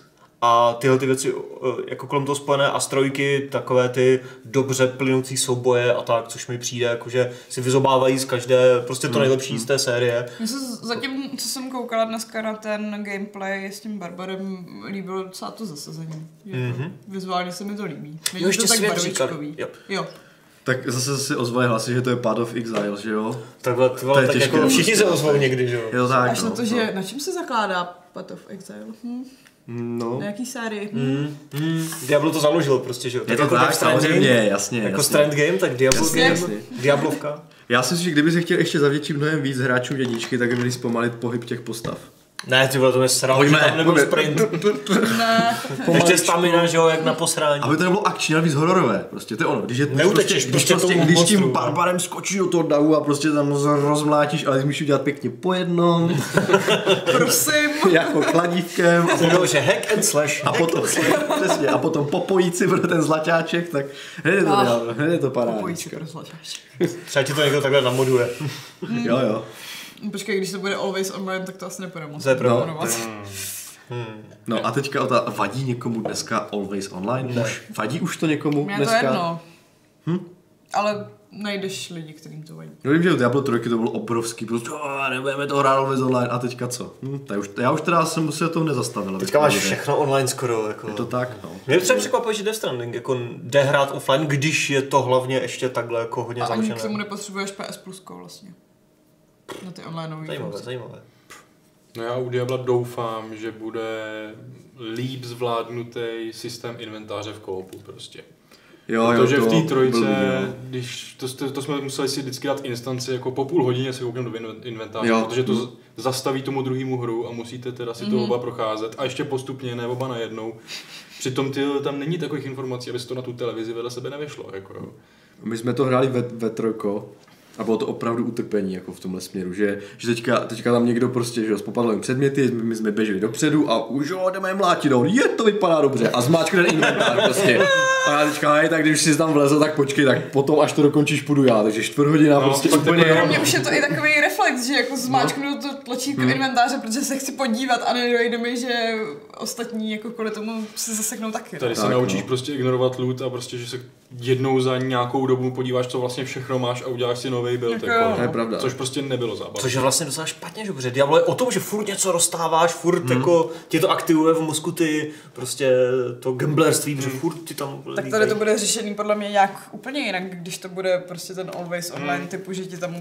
a tyhle ty věci eh, jako kolem toho spojené a strojky, takové ty dobře plynoucí souboje a tak, což mi přijde, jakože si vyzobávají z každé, prostě to nejlepší z té série.
Mně se z- zatím, co jsem koukala dneska na ten gameplay s tím Barbarem, líbilo docela to zasazení. Mm-hmm. Vizuálně se mi to líbí. Není
Mhm. Jo, ještě
to tak
svět říkali.
barvičkový.
Jo.
jo.
Tak zase si ozvají hlasy, že to je Path of Exile, že jo?
Takhle,
To
tyhle,
je
tak
těžké,
jako všichni
prostě,
se
no,
ozvou
tak.
někdy, že jo?
Je to tak,
Až na
no,
to, že na čem se zakládá Path of Exile? Hm?
No.
Na jaký sérii? Hm?
Hmm, Diablo to založilo prostě, že jo?
Je to
jako
tak,
Death Stranding,
samozřejmě, jasně.
Jako
jasně.
Strand Game, tak Diablo
Jasně,
Game,
jasně.
Diablovka.
Já si myslím, že kdyby se chtěl ještě zavděčit mnohem víc hráčům jedničky, tak by měli zpomalit pohyb těch postav.
Ne, ty vole, to mě sral,
Pojďme,
že tam nebyl
pojďme.
sprint.
Ne,
Ještě stamina, že jo, jak na posrání.
Aby to nebylo akční, ale víc hororové. Prostě to je ono. Když, je, když
Neutečeš
prostě, když,
prostě
prostě,
tomu
když tím
monstru.
barbarem skočíš do toho davu a prostě tam z- rozmlátíš, ale musíš udělat pěkně po jednom,
prosím.
jako kladívkem a
To
potom
bylo, že hack and slash.
a potom, přesně, a potom popojíci si bude ten zlaťáček, tak hned je to,
Ah.
ah, hned je to
Pojí
parádička.
se rozlačáš.
Třeba ti to někdo takhle namoduje.
Jo, jo.
Počkej, když to bude Always Online, tak to asi nepůjde moc.
To je pravda.
naplánovat.
No a teďka o ta, vadí někomu dneska Always Online? Už, vadí už to někomu
Mně to
dneska?
jedno. Ale najdeš lidi, kterým to vadí.
Já vím, že u Diablo 3 to bylo obrovský, prostě "A, nebudeme to hrát always online a teďka co? Hm, to je už, já už teda jsem se toho nezastavil. abych
Teďka máš
to viděl.
všechno online skoro. Jako.
Je to tak, no.
Mě třeba překvapuje, že Death Stranding jako jde hrát offline, když je to hlavně ještě takhle jako hodně
A ani k tomu
zamčené.
nepotřebuješ PS Plusko vlastně. Na ty online nový
Zajímavé, zajímavé.
No já u Diabla doufám, že bude líp zvládnutý systém inventáře v koopu prostě.
Jo,
Protože v
to
té trojice,
blbý, no. jo.
když to, jste- to, jsme museli si vždycky dát instanci, jako po půl hodině si koukneme do inven- inventáře,
Jo.
protože to z-
Mm.
zastaví tomu druhému hru a musíte teda si to oba procházet a ještě postupně, ne oba najednou. Přitom ty, tam není takových informací, aby se to na tu televizi vedle sebe nevyšlo. Jako, jo.
My jsme to hráli ve, ve trojko A bylo to opravdu utrpení jako v tomhle směru, že, že teďka, teďka tam někdo prostě, že jo, s popadlovým předměty, my, my jsme běželi dopředu a už jo, jdeme je mlátit, no, je, to vypadá dobře. A zmáčkne ten inventář prostě. A já teďka, hej, tak když jsi tam vlezl, tak počkej, tak potom, až to dokončíš, půjdu já. Takže čtvrt hodina no,
No,
prostě
fakt jako
úplně.
jo.
Mně už je to i takový reflex, že jako zmáčknu to tlačítko inventáře, protože se chci podívat a nedojde mi, že ostatní jako kvůli tomu se zaseknou taky. no.
Tady se
Tak,
naučíš
no.
prostě ignorovat loot a prostě, že se jednou za nějakou dobu podíváš, co vlastně všechno máš a uděláš si nový build.
Jako
Jako,
jo.
no.
To
je pravda.
Což prostě nebylo zábava.
Což je vlastně docela špatně, že protože Diablo je o tom, že furt něco roztáváš, furt hmm. jako ti to aktivuje v mozku ty prostě to gamblerství, protože furt ti tam
Tak tady to bude řešený podle mě nějak úplně jinak, když to bude prostě ten always online typu, že ti tam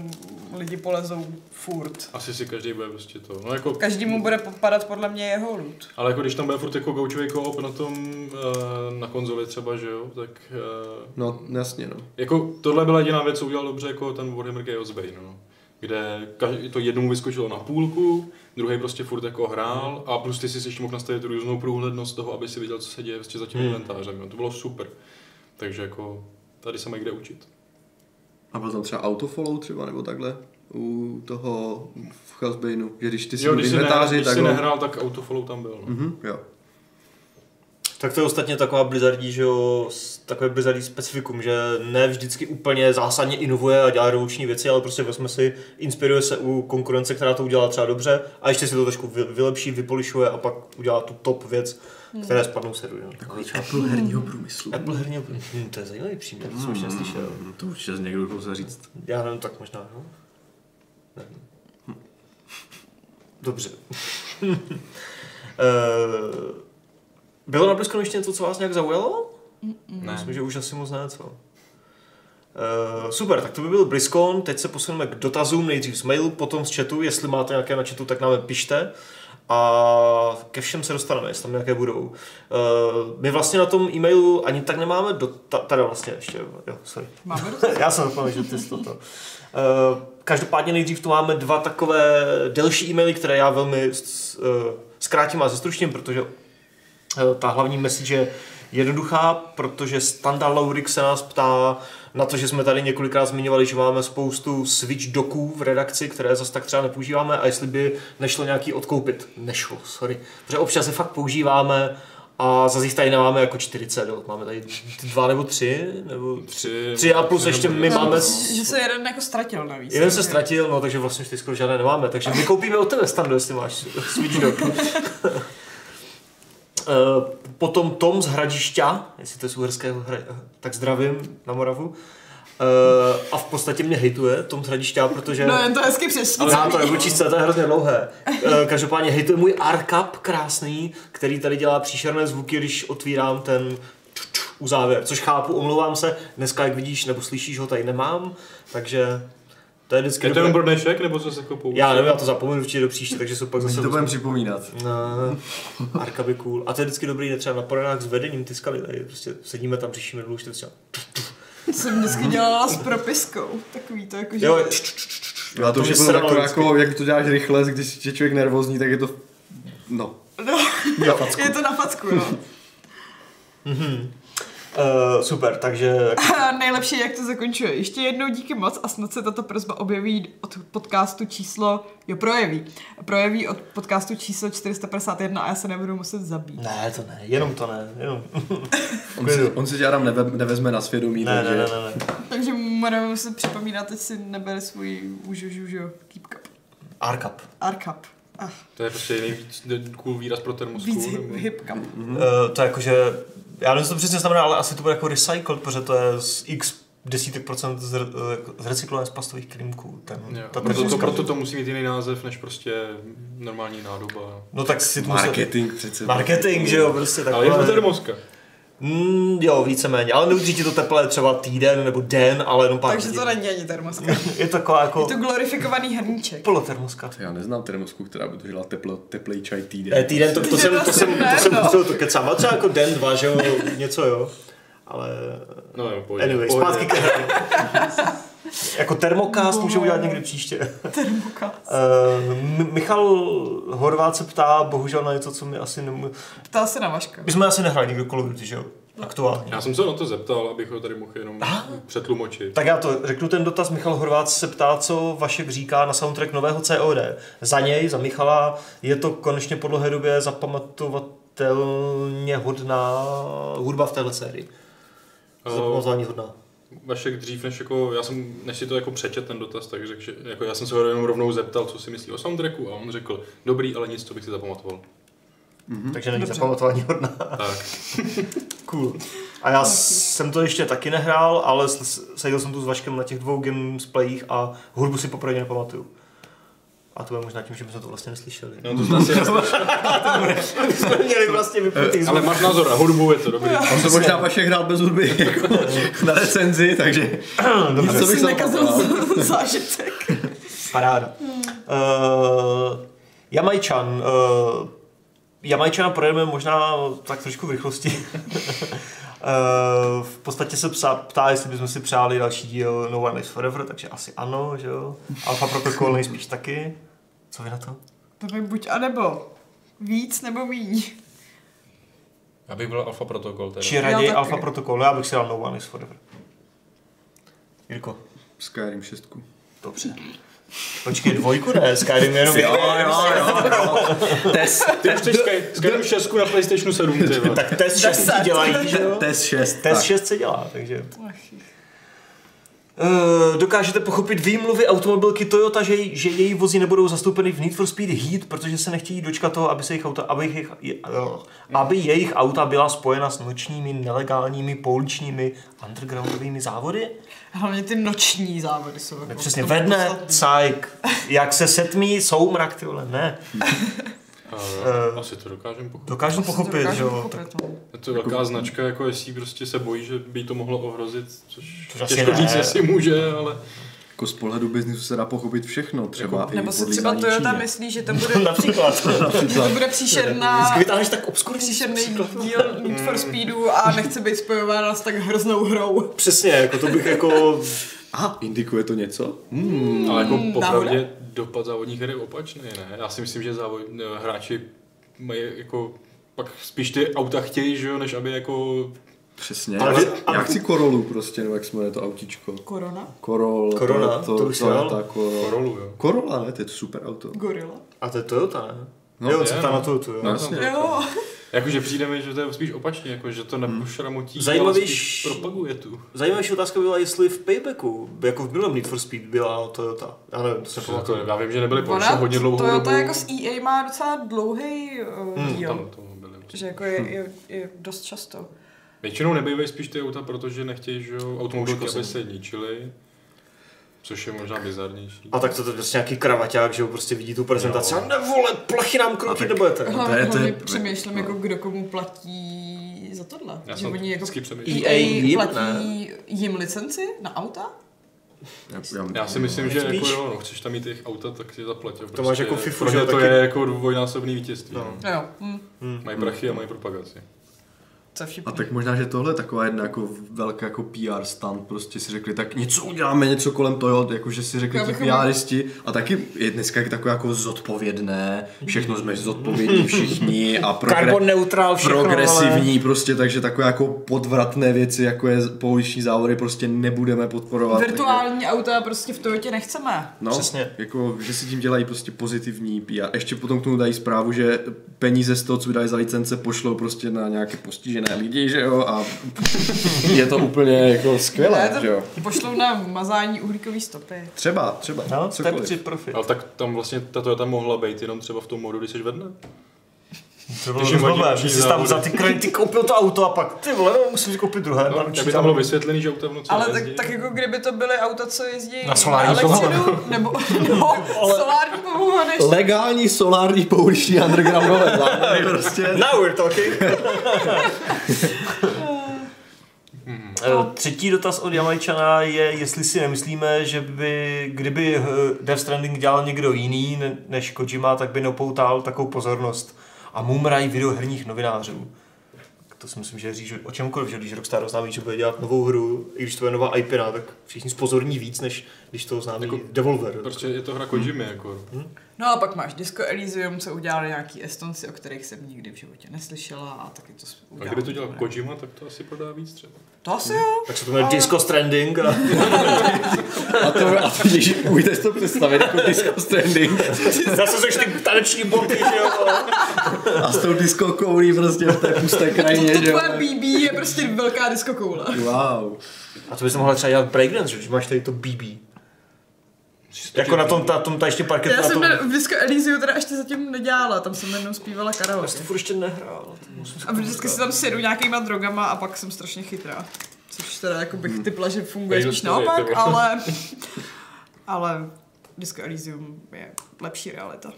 lidi polezou furt.
Asi si každý bude prostě to. No jako,
Každému bude popadat podle mě jeho loot.
ale jako když tam bude furt jako gaučový koop na tom, eh, na konzoli třeba, že jo, tak eh,
No, jasně, no.
Jako tohle byla jediná věc, co udělal dobře jako ten Warhammer Chaos Bane, no. Kde každý, to jednomu vyskočilo na půlku, druhý prostě furt jako hrál a plus ty si ještě mohl nastavit různou průhlednost toho, aby si viděl, co se děje prostě za tím
Hmm.
inventářem, no. To bylo super. Takže jako tady se mají kde učit.
A byl tam třeba autofollow třeba, nebo takhle u toho v Chasbejnu, že když ty jsi
jo,
jo,
když jsi, nehrál,
inventáři,
když
tak
jsi
ho-
nehrál, tak autofollow tam byl, no.
Mhm, jo.
Tak to je ostatně taková Blizzardí, že jo, s- takové Blizzardí specifikum, že ne vždycky úplně zásadně inovuje a dělá revoluční věci, ale prostě vezme si, inspiruje se u konkurence, která to udělá třeba dobře a ještě si to trošku vy- vylepší, vypolišuje a pak udělá tu top věc,
Mhm.
které spadnou sedu. Jo. Jako
Takový Apple Jako herního průmyslu.
Apple herně, hm, to je zajímavý příměr, to jsem ještě neslyšel.
To určitě někdo pouze říct.
Já nevím, tak možná, jo? Nevím. Dobře. Eh, Bylo na Blizzconu ještě něco, co vás nějak zaujalo?
Ne.
Myslím, že už asi moc ne, co? Uh, super, tak to by byl BlizzCon, teď se posuneme k dotazům, nejdřív z mailu, potom z chatu, jestli máte nějaké na chatu, tak nám je pište a ke všem se dostaneme, jestli tam nějaké budou. Uh, my vlastně na tom e-mailu ani tak nemáme dotaz, teda vlastně ještě, jo, sorry.
Máme dotaz?
Já jsem zapomněl, že ty jsi toto. Uh, každopádně nejdřív tu máme dva takové delší e-maily, které já velmi s- eh, zkrátím a zestručním, protože eh, ta hlavní message je jednoduchá, protože Standa Laurik se nás ptá na to, že jsme tady několikrát zmiňovali, že máme spoustu Switch doků v redakci, které zase tak třeba nepoužíváme a jestli by nešlo nějaký odkoupit. Nešlo, sorry. Protože občas je fakt používáme a zase jich tady nemáme jako 40, jo. máme tady dva nebo tři, nebo
Tři,
Tři a plus ještě my máme... s-
Že se jeden jako ztratil navíc.
Jeden se
takže-
ztratil, no takže vlastně už teď skoro žádné nemáme, takže my koupíme od tebe standu, jestli máš Switch Dock. Eh, Potom Tom z Hradišťa, jestli to je z Uherského, hra, tak zdravím na Moravu. Eh, A v podstatě mě hejtuje Tom z Hradišťa, protože...
No jen to hezky přečti.
Ale já to nebudu číst, to je hrozně dlouhé. Eh, Každopádně hejtuje můj Arkap krásný, který tady dělá příšerné zvuky, když otvírám ten ču, ču, uzávěr, což chápu, omlouvám se, dneska jak vidíš nebo slyšíš ho tady nemám, takže to je vždycky
Je to jenom
dobré.
pro dnešek, nebo co se jako použil?
Já nevím, já to zapomenu určitě do příště, takže jsou pak
My
zase...
si to budeme připomínat.
No, Arka by cool. A to je vždycky dobrý, jde třeba na poradách s vedením ty skaly, tady prostě sedíme tam, řešíme dlouho, čtyři třeba.
Jsem vždycky dělala s propiskou. Takový to jako, že...
Jo,
Já to
To
už
mě
bylo
sralo
takové,
vždycky.
jako, jak to děláš rychle, když je člověk nervózní, tak je to... No.
No,
Na facku.
je to na facku, no.
uh, super, takže
A nejlepší, jak to zakončuje. Ještě jednou díky moc a snad se tato prozba objeví od podcastu číslo... Jo, projeví. Projeví od podcastu číslo 451 a já se nebudu muset zabít.
ne, to ne, jenom to ne, jenom.
On si, on si tě Adam neve, nevezme na svědomí,
Ne, ne,
takže...
ne, ne, ne.
Takže mu budeme muset připomínat, ať si nebere svůj užu, žužu, keep cup,
Arkap.
arkap. Ach,
To je prostě nejvíc cool výraz pro termosku.
víc hip,
nebo-
hip cup.
Eh, to je jako, že, já nevím, co to přesně znamená, ale asi to bude jako recycled, protože to je z x desítek procent z, eh, z recyklované z plastových klímků. Ten,
Jo,
ta
proto, to,
trošička.
proto to musí mít jiný název, než prostě normální nádoba.
No tak si to musel-
Marketing přece.
Marketing, že jo, prostě
Ale je to
takové.
termoska.
Mm, jo, víceméně, ale neudrží ti to teplé třeba týden nebo den, ale jenom pár
Takže to
hodin.
není ani termoska.
Je to taková jako
Je to glorifikovaný hrníček.
polotermoska.
Já neznám termosku, která by to žila teplo, teplej čaj týden.
Ne, Eh, týden, to, to, jsem, to, jsem, to jsem
no.
musel to kecám, ale třeba jako den, dva, že jo, něco jo. Ale
No jo, pojď.
anyway,
pojď.
zpátky ke hře. Jako termokast můžeme udělat někdy příště.
Termoka.
Eh, M- Michal Horvát se ptá, bohužel na něco, co mi asi nemů...
Ptá se na Vaška.
My jsme asi nehráli nikdo Call of Duty, že jo? aktuální.
Já jsem se na to zeptal, abych ho tady mohl jenom přetlumočit.
Tak já to řeknu ten dotaz. Michal Horvát se ptá, co Vašek říká na soundtrack nového COD. Za něj, za Michala, je to konečně po dlouhé době zapamatovatelně hodná hudba v téhle sérii. Zapamatování hodná.
Vašek dřív, než, jako, já jsem, než si to jako přečet ten dotaz, tak řekl, že, jako, já jsem se ho jenom rovnou zeptal, co si myslí o soundtracku a on řekl, dobrý, ale nic, co bych si zapamatoval.
Takže není
Dobře.
zapamatování hodná.
Tak,
Cool. A já jsem to ještě taky nehrál, ale s- s- seděl jsem tu s Vaškem na těch dvou gameplayích a hudbu si poprvé nepamatuju. A to je možná tím, že my jsme to vlastně neslyšeli.
no, to zase,
jsme měli vlastně vypnutý
ale máš názor na hudbu, je to dobrý.
On to možná Vašek hrál bez hudby jako na recenzi, takže nic, co
Jsi
bych se
nekazil z-
nepamatoval.
jako zážitek.
Paráda. Uh, Jamajčan. Uh, Jamajčana projedeme možná tak trošku v rychlosti. Eh, v podstatě se psa, ptá, jestli bychom si přáli další díl No One Lives Forever, takže asi ano, že jo? Alpha Protocol nejspíš taky. Co vy na to?
To by buď a nebo. Víc nebo míň.
Já bych byl Alfa Protokol teda.
Či raději
taky.
Alpha Protocol, já bych si dal No One Lives Forever. Jirko.
Skyrim 6.
Dobře. Počkej, dvojku ne, Skyrim je jenom
Jo, jo, jo, jo. Test,
Ty už chceš Sky- Skyrim 6 na PlayStation 7, ty vole.
Tak test 6
Deset.
dělají, že jo?
test 6.
Test
tak.
6 se dělá, takže... Eh, dokážete pochopit výmluvy automobilky Toyota, že, že její vozy nebudou zastoupeny v Need for Speed Heat, protože se nechtějí dočkat toho, aby, se jejich auta, aby, jejich, je- eh, aby jejich auta byla spojena s nočními, nelegálními, pouličními, undergroundovými závody?
Hlavně ty noční závody jsou. Jako
Přesně,
to
ve dne,
podstatný.
cajk, jak se setmí, soumrak, ty vole, ne.
A jo, Asi to dokážem pochopit.
Dokážu
To
pochopit,
dokážu
že jo.
pochopit, no.
Je to velká značka, jako jestli prostě se bojí, že by jí to mohlo ohrozit, což
Což asi
těžko
ne.
říct, jestli může, ale
Jako z pohledu biznisu se dá pochopit všechno, třeba i
Jako, Nebo si třeba
podlízání
Toyota
Číně.
myslí, že to bude,
Například.
že to bude příšerná,
Vždycky vytáhneš tak obskurní
příšerný díl Need for Speedu a nechce být spojována s tak hroznou hrou.
Přesně, jako to bych jako...
Aha, indikuje to něco? Hmm,
Ale jako
Mm,
popravdě dopad závodních her je opačný, ne? Já si myslím, že závod, eh, hráči mají jako pak spíš ty auta chtějí, že jo, než aby jako...
Přesně.
Ale-
Ale,
ale-
já chci Korolu prostě, nebo jak se jmenuje to autíčko.
Korona?
Korol,
Korona,
to,
to
to,
bych si
to,
dal.
ta Korol.
Korolu, jo.
Korola, ne, to je super auto.
Gorila?
A to je Toyota, ne? No,
No,
jo,
je,
co
no.
tam na Toyota, jo.
No,
No.
jasně.
Jo.
Jakože přijde mi, že to je spíš opačně, jako že to nepošramotí, ale
Zajímavý
spíš
š-
propaguje tu.
Zajímavější otázka byla, jestli v Paybacku, jako v minulém Need for Speed byla Toyota. Já nevím, to se
To, to,
pamatuju.
já vím, že nebyly Porsche hodně dlouhou
Toyota
dobu.
jako z EA má docela dlouhý uh, díl.
Tam to byly.
Že jako je, je, je dost často.
Většinou nebývají spíš ty auta, protože nechtějí, že jo, automobilky,
Poškození.
aby se ničily. Což je možná bizarnější.
A tak to je prostě nějaký kravaťák, že jo, prostě vidí tu prezentaci.
Jo.
A ne vole, plachy nám kroky nebudete.
to
Hlavně,
je- to je-
hlavně přemýšlím, jako kdo komu platí za tohle.
Já
že
jsem
oni jako
vždycky přemýšlel.
E
EA
jim,
platí jim licenci na auta?
Já, já,
Já si myslím, že
Spíš-
jako, jo, no, chceš tam mít těch auta, tak si zaplatil. Prostě.
máš jako FIFU,
pro
že
ně
jo,
to
taky.
je jako dvojnásobný vítězství.
No. Mm.
No
No.
jo. Hm.
Mají prachy a mají propagaci.
To je
A
vtipný.
tak možná, že tohle je taková jedna jako velká jako PR stand, prostě si řekli, tak něco uděláme, něco kolem toho, jakože si řekli
Já
ti
bychom-
PRisti a taky je dneska takové jako zodpovědné, všechno jsme zodpovědní všichni a progre-
neutrál,
progresivní prostě, takže takové jako podvratné věci, jako je pouliční závody, prostě nebudeme podporovat. takže-
Virtuální auta prostě v Toyotě nechceme.
No,
Přesně.
jako, že si tím dělají prostě pozitivní PR. Ještě potom k tomu dají zprávu, že peníze z toho, co dají za licence, pošlou prostě na nějaké postižené lidi, že jo, a je to úplně jako skvělé,
Ne, to
že jo.
Pošlou na mazání uhlíkové stopy.
Třeba, třeba,
No, to je
cokoliv.
při profit.
Ale tak tam vlastně ta Toyota mohla být jenom třeba v tom modu, když jsi ve dne.
To bylo
když jim hodí
rozhodné,
noční
že jsi tam
závody.
za ty kredity koupil to auto a pak ty vole, no, musím si koupit druhé.
No,
na
tak
noční
by tam bylo
závody.
vysvětlený, že auta v noci
Ale tak,
nejezdí.
tak jako kdyby to byly auta, co jezdí
Na solární
elektřinu, nebo no, solární povohony.
Legální solární pouliční undergroundové závody prostě.
Now we're talking. Eh, Třetí dotaz od Jamajčana je, jestli si nemyslíme, že by, kdyby eh, Death Stranding dělal někdo jiný ne- než Kojima, tak by nepoutal takovou pozornost a mumraj videoherních novinářů. Tak to si myslím, že je říč o čemkoliv, že když Rockstar oznámí, že bude dělat novou hru, i když to je nová IP, tak všichni spozorní víc, než když to oznámí
Jako-
jako, Devolver.
Prostě je to hra Kojimy, jako.
Mm.
No a pak máš Disco Elysium, co udělali nějaký Estonci, o kterých jsem nikdy v životě neslyšela a taky to s-
A
udělali.
kdyby to dělal
dobré.
Kojima, tak to asi prodá víc třeba.
To asi jo.
Tak se to jmenuje Disco Stranding a
A to, a to ježi, umíte si to představit jako disco standing
zase seš ty taneční boty, že jo.
a s tou disco koulí prostě v té pusté
To,
krajině,
to
že jo.
tvoje BB je prostě velká diskokoule.
Wow.
A to bys mohla třeba dělat breakdance, že když máš tady to BB. Jako na tom, ta, tom ta ještě parketu,
Já
na
jsem
tom...
na, v Disco Elysium teda ještě zatím nedělala, tam jsem jednou zpívala
Já jsem
karaoke.
to furt ještě nehrál. to musím si
A vždycky si tam sjedu nějakýma drogama a pak jsem strašně chytrá. Což teda jako bych typla, že funguje
Tady
spíš
Mhm. to je,
naopak,
ty vole.
ale... Ale Disco Elysium je lepší realita.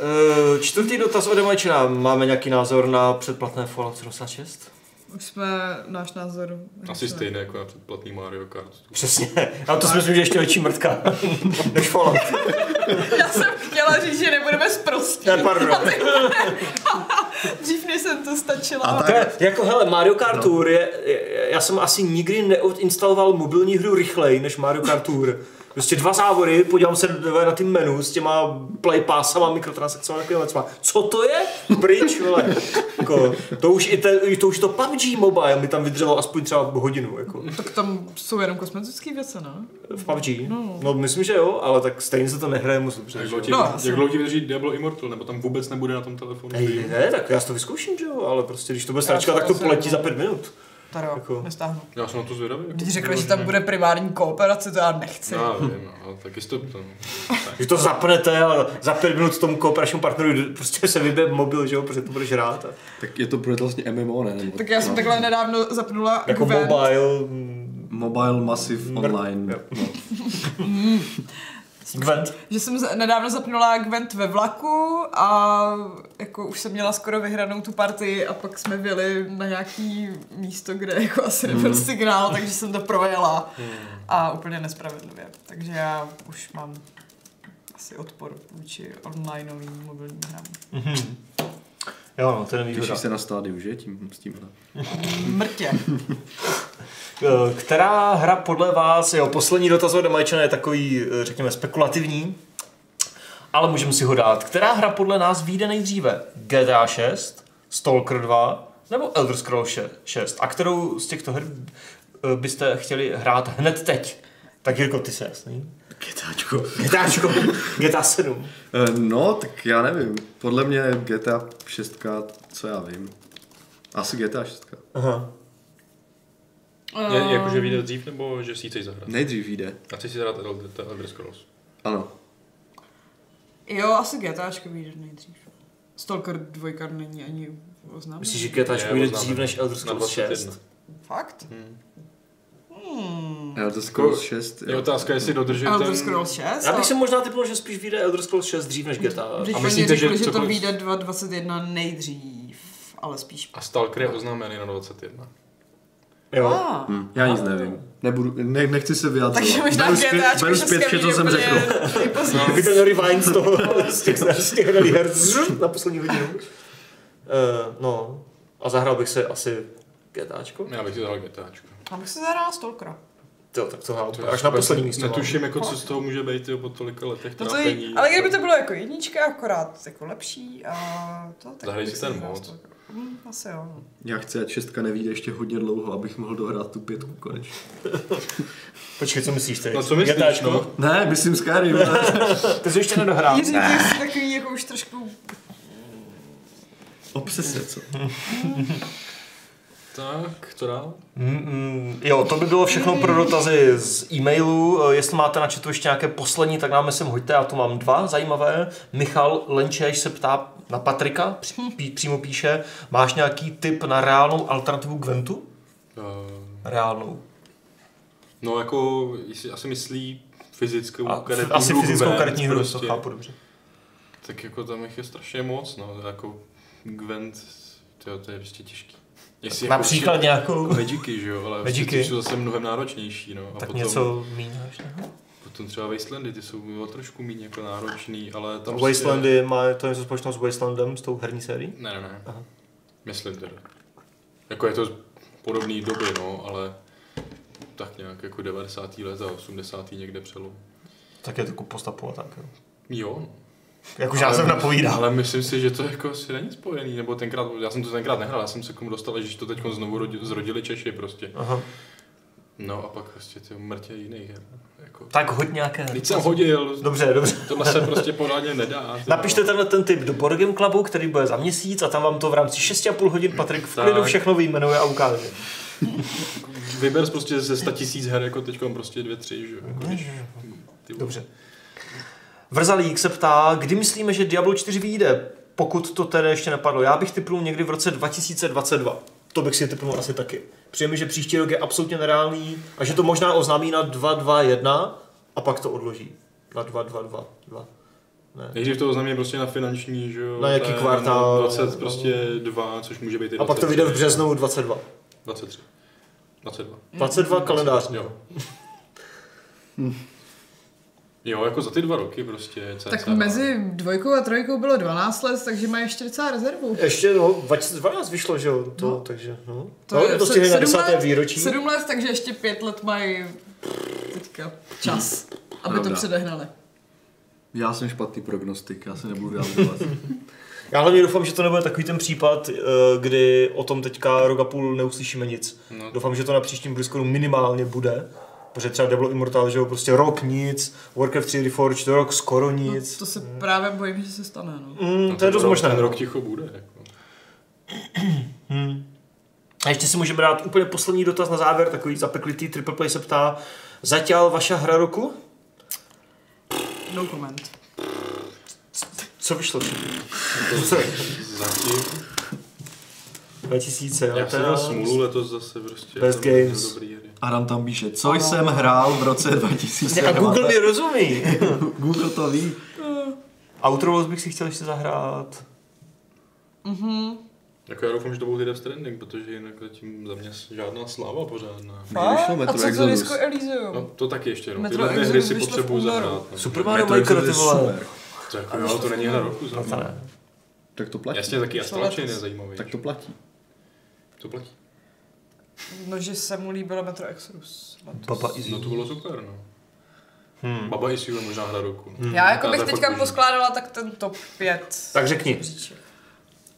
Eh, čtvrtý dotaz od Emajčina. Máme nějaký názor na předplatné Fallout 76?
Už jsme náš názor...
Asi
řekli.
stejné jako na předplatný Mario Kart.
Přesně. A to si myslím, že ještě větší mrtka než Fallout.
Já jsem chtěla říct, že nebudeme zprostí.
Ne, pardon.
A ty- Dřív než jsem to stačila.
A
To je, jako hele, Mario Kart Tour je, je, já jsem asi nikdy neodinstaloval mobilní hru rychleji než Mario Kart Tour. Prostě dva závody, podívám se na ty menu s těma play passama, mikrotransakcemi a takovými věcma. Co to je? Pryč, vole. Jako, to, už i te, to už to PUBG Mobile mi tam vydrželo aspoň třeba hodinu. Jako.
Tak tam jsou jenom kosmetické věci, ne?
V PUBG? No, myslím, že jo, ale tak stejně se to nehraje moc dobře.
Jak
že jo.
dlouho ti-
No, asi.
jak dlouho ti vydrží Diablo Immortal, nebo tam vůbec nebude na tom telefonu?
Ej, ne, tak já si to vyzkouším, že jo, ale prostě když to bude stračka,
to
tak to
asi
poletí
jako-
za pět minut.
Tady
Jako-
jo, nestáhnu.
Já jsem na to zvědavý. jako.
Když řekli, že tam bude primární kooperace, to já nechci.
Já vím, no, ale taky jste to.
Když to zapnete a za pět minut tomu kooperačnímu partneru prostě se vybe mobil, že jo, protože to budeš hrát. A
Tak je to pro vlastně MMO, ne? Nebo,
Tak já
No.
jsem takhle nedávno zapnula
jako
Gwen.
mobile, mm,
Mobile Massive Online.
jo. no. Gwent.
Že jsem za- nedávno zapnula Gwent ve vlaku a jako už jsem měla skoro vyhranou tu partii a pak jsme byli na nějaký místo, kde jako asi nebyl signál, takže jsem to projela a úplně nespravedlivě. Takže já už mám asi odpor vůči onlineovým mobilním hrám.
Jo, no, to je nevýhoda.
Těšíš se na stádiu, že? Tím, s tímhle.
Mrtě.
Eh, Která hra podle vás, jo, poslední dotaz od Majčana je takový, eh, řekněme, spekulativní, ale můžeme si ho dát. Která hra podle nás vyjde nejdříve? GTA 6, Stalker 2 nebo Elder Scrolls 6? A kterou z těchto her eh, byste chtěli hrát hned teď? Tak Jirko, ty se jasný.
Kytáčko.
GTAčko, GTA 7.
No, tak já nevím. Podle mě GTA 6, co já vím. Asi GTA 6.
Aha.
Je,
Um.
jakože vyjde dřív, nebo že si ji chceš zahrát?
Nejdřív jde.
A chceš si zahrát Elder, to je Elder Scrolls.
Ano.
Jo, asi GTAčko vyjde nejdřív. Stalker 2 není ani oznámen.
Myslíš, že GTAčko vyjde dřív než Elder
Na
Scrolls
21.
6?
Fakt?
Já to skoro 6.
Je otázka, jestli dodrží ten...
Elder Scrolls 6?
Já bych si možná typnul, že spíš vyjde Elder Scrolls 6 dřív než GTA.
Když
A
oni
myslíte, že
řekli, že, to
cokoliv-
vyjde 2021 nejdřív, ale spíš...
A Stalker je oznámený na 21.
Jo.
Ah.
Hm, já nic nevím. Nebudu, ne, nechci se vyjadřovat.
Takže možná
Beru zpět-
GTAčko
Beru zpět vše, co jsem řekl.
Kdyby ten rewind z toho, z těch, z těch hraných her zžup na poslední hodinu. Eh, no, a zahrál bych se asi GTAčko.
Já bych si zahrál GTAčko.
Já bych si zahrál Stalkera.
Jo, tak to hrál úplně až na poslední místo. no.
Netuším, jako, co z toho může být jo, po tolika letech
To to je, No ale kdyby to bylo jako jednička, akorát jako lepší a to... Tak
Zahraj
bych
si ten
zahrál
mod.
Stalkera. Hm, asi jo. no.
Já chci, ať 6 nevíde ještě hodně dlouho, abych mohl dohrát tu pětku konečně.
Počkej, co myslíš ty?
No co myslíš,
GTAčko?
no?
Ne, myslím Skyrim.
Ty jsi ještě nedohrál.
Jiří, ty jsi takový jako už trošku...
Obsese, co?
Tak, co dál?
Mm, jo, to by bylo všechno pro dotazy z e-mailu. Eh, Jestli máte na chatu ještě nějaké poslední, tak nám je sem hoďte. Já tu mám dva zajímavé. Michal Lenčeš se ptá na Patrika, při- pí, přímo píše, máš nějaký tip na reálnou alternativu Gwentu?
Eh,
Reálnou.
no, jako, jestli asi myslí fyzickou
A,
karetní
asi
hru
fyzickou
Gwent
karetní hru, to
prostě.
chápu dobře.
Tak jako tam jich je strašně moc, no, jako Gwent, tyjo, to je prostě těžký. Jestli jako
Například nějakou,
Magicy, že jo, ale
Magicy.
Magicy. jsou zase mnohem náročnější, no. A
tak
potom,
něco míň. než-
V tom třeba Wastelandy, ty jsou o trošku méně jako náročný, ale tam...
Prostě-
prostě-
Wastelandy má to něco společného s Wastelandem, s tou herní sérií?
Ne, ne, ne.
Aha.
Myslím teda. Jako je to z podobný doby, no, ale tak nějak jako 90. let a 80. někde přelom.
Tak je to postapu a tak. jo.
Jo, no.
Jak už já jsem napovídal.
ale myslím si, že to jako si není spojený, nebo tenkrát, já jsem to tenkrát nehrál, já jsem se k tomu dostal, že to teď znovu rodi, zrodili Češi prostě.
Aha.
No a pak prostě ty mrtě jiných her. Jako.
Tak hoď nějaké.
Teď jsem hodil,
Dobře, dobře.
tohle se prostě pořádně nedá. ty
Napište
vole.
tenhle ten tip do Board Game Clubu, který bude za měsíc a tam vám to v rámci 6,5 hodin Patrik v klidu
Tak.
všechno vyjmenuje a ukáže.
Vyber prostě ze 100 tisíc her, jako teď prostě dvě, tři, že jo. Jako, když, ty vole.
Mhm. Dobře. Vrzalík se ptá, kdy myslíme, že Diablo 4 vyjde, pokud to tedy ještě nepadlo. Já bych typnul někdy v roce 2022. To bych si typnul asi taky. Přijde mi, že příští rok je absolutně nereálný a že to možná oznámí na 2.2.1 a pak to odloží. Na 2.2.2.2. Ne.
Nejdřív to oznamí prostě na finanční, že jo.
Na jaký
ten
kvartál,
20
no.
prostě 2, což může být i
A pak to
23.
vyjde v březnu 22.
23. 22.
Mm.
22 kalendářní.
Jo. Jo, jako za ty dva roky prostě. CCA.
Tak mezi dvojkou a trojkou bylo 12 let, takže má ještě docela rezervu.
Ještě no, 2012 vyšlo, že jo, to, no. takže no.
To
no,
je
to
se-
stihne na
sedm
10.
let-
výročí.
7 let, takže ještě 5 let mají teďka čas, aby to
Pravda.
předehnali.
Já jsem špatný prognostik, já se nebudu vyjadřovat.
Já hlavně doufám, že to nebude takový ten případ, eh, kdy o tom teďka rok a půl neuslyšíme nic.
No.
Doufám, že to na příštím Blizzconu minimálně bude. Protože třeba Diablo Immortal, že jo, prostě rok nic, Warcraft 3 Reforged rok skoro
No,
nic.
to se právě bojím, že se stane. No.
Mm,
No,
to je
ten
dost
rok-
možné.
Ten rok ticho bude. Jako.
A ještě si můžeme dát úplně poslední dotaz na závěr, takový zapeklitý Triple Play se ptá, zatěl vaša hra roku?
No comment.
Co vyšlo?
Zatím.
2000, jo,
Já jsem
teda-
měl smůlu letos zase prostě.
Best
tam byly
games.
Dobrý hry.
Adam tam píše, co jsem hrál v roce
A
2000.
Google mi rozumí.
Google to ví.
Outer Worlds bych si chtěl ještě zahrát.
Jako já doufám, že to budou ty Death Stranding, protože jinak zatím za mě žádná sláva pořádná.
Kdy
a
vyšlo Metro
co to
Exodus?
Disco Elysium?
No to taky ještě no.
Metro
Tyhle dvě
Exodus
hry si
vyšlo v
potřebuju
únoru.
zahrát. no.
Super
Metro
Mario Maker, ty
Exodus je
vole.
super.
To jako, jo, to není na roku za
To
mě.
ne.
Tak to platí.
Jasně, taky
Vyšlo
Astral Chain je
letos.
zajímavý.
Tak to platí.
to platí.
No, že se mu líbilo Metro Exodus.
Papa Izzy.
No to bylo super, no.
Hmm.
Baba Isu je možná hra roku. no.
Já jako
Ta-
bych
ta fakt
teďka
běží.
poskládala tak ten top 5.
Tak řekni.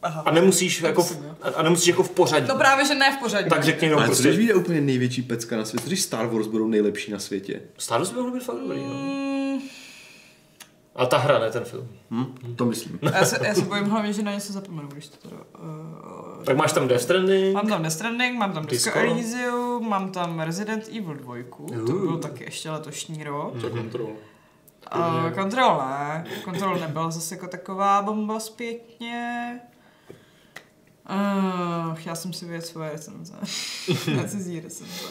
Aha.
A nemusíš jako v, a nemusíš jako v pořadí.
No právě, že ne v pořadí.
Tak řekni jenom
Ale co když
prostě.
vyjde úplně největší pecka na světě? Co Když Star Wars budou nejlepší na světě?
Star Wars by mohl být fakt dobrý, no.
Mm,
A ta hra, ne ten film.
Hm? To myslím.
já, se, já se bojím hlavně, že na něco zapomenu, když to teda... Uh,
Tak máš tam Death Stranding.
mám tam Death Stranding, mám tam Disco,
Disco.
Elysium, mám tam Resident Evil 2, to
Uh.
bylo taky ještě letošní rok.
Co kontrol.
A kontrol ne, kontrol nebyla zase jako taková bomba zpětně. Uh, já jsem si vyjet svoje recenze. Já cizí recenze.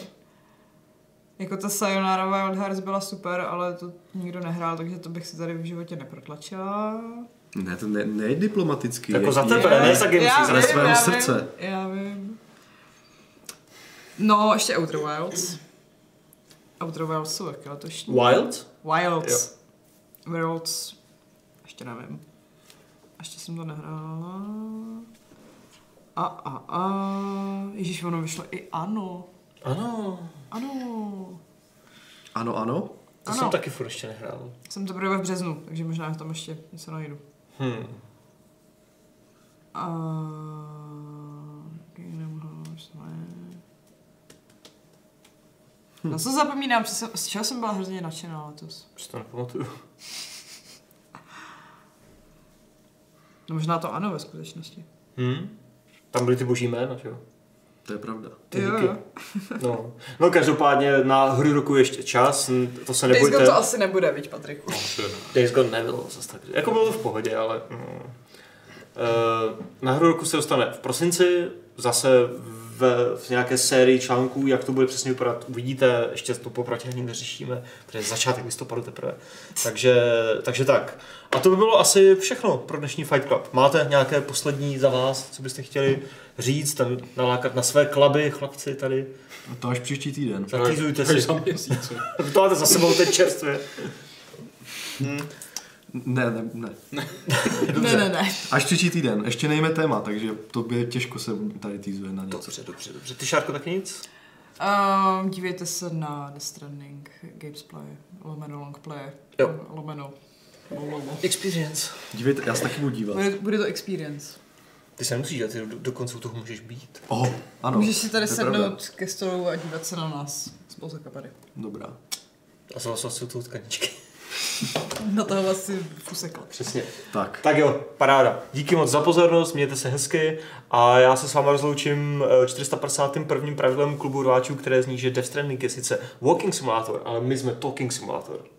Jako ta Sayonara Wild Hearts byla super, ale to nikdo nehrál, takže to bych si tady v životě neprotlačila.
Ne, to ne, ne je diplomatický.
Jako
je-
za tebe,
Je,
ne za Game
já
Season.
ale
vím,
svého
já
srdce.
Vím, já vím. No, ještě Outer Wilds. Outer Wilds jsou taky letošní.
Wild?
Wilds. Worlds. Ještě nevím. Ještě jsem to nehrála. A, a, a. Ježíš, ono vyšlo i ano.
Ano.
Ano.
Ano, ano.
To
Ano.
jsem taky furt ještě nehrál.
Jsem to prvé v březnu, takže možná tam ještě něco najdu.
Hm.
A... Kingdom Hearts, ne.
Hm.
Na co zapomínám, co jsem- z čeho jsem byla hrozně nadšená letos.
Už to nepamatuju.
No možná to ano ve skutečnosti.
Hm. Tam byly ty boží jména, že jo?
To je pravda.
Ty díky. No. no, každopádně na hru roku ještě čas, n- to se
Days
nebojte.
Gone to asi nebude, viď Patriku?
No, to je ne.
Days Gone nebylo zase tak. no. Jako bylo to v pohodě, ale... Mm. Eh, Na hru roku se dostane v prosinci, zase v, v nějaké sérii článků, jak to bude přesně vypadat, uvidíte, ještě to popratění neřešíme, protože začátek listopadu teprve. Takže, takže tak. A to by bylo asi všechno pro dnešní Fight Club. Máte nějaké poslední za vás, co byste chtěli říct, ten, nalákat na své klaby, chlapci tady?
To až příští týden.
Zatýzujte
Až
si.
za měsíc. no. jo.
To máte za sebou teď čerstvě.
Ne, ne, ne.
Ne, ne, ne.
Až příští týden. Ještě nejme téma, takže to by těžko se tady týzuje na něco.
Dobře, dobře, dobře. Ty, Šárko, tak nic?
Um, dívejte se na The Stranding, Games Play, lomeno long play,
Jo.
lomeno lomeno.
Experience.
Dívejte, já se taky budu dívat.
Bude, bude to experience.
Ty se nemusíš dělat, ty do, dokonce u toho můžeš být.
Oh, ano.
Můžeš si tady
to je pravda.
sednout ke stolu a dívat se na nás. Spousta kapady.
Dobrá.
A zase jsou to tkaničky.
Na toho vás si fusekla.
Přesně.
Tak.
Tak jo, paráda. Díky moc za pozornost, mějte se hezky a já se s váma rozloučím eh, 451. pravidlem klubu rváčů, které zní, že Death Stranding je sice walking simulator, ale my jsme talking simulator.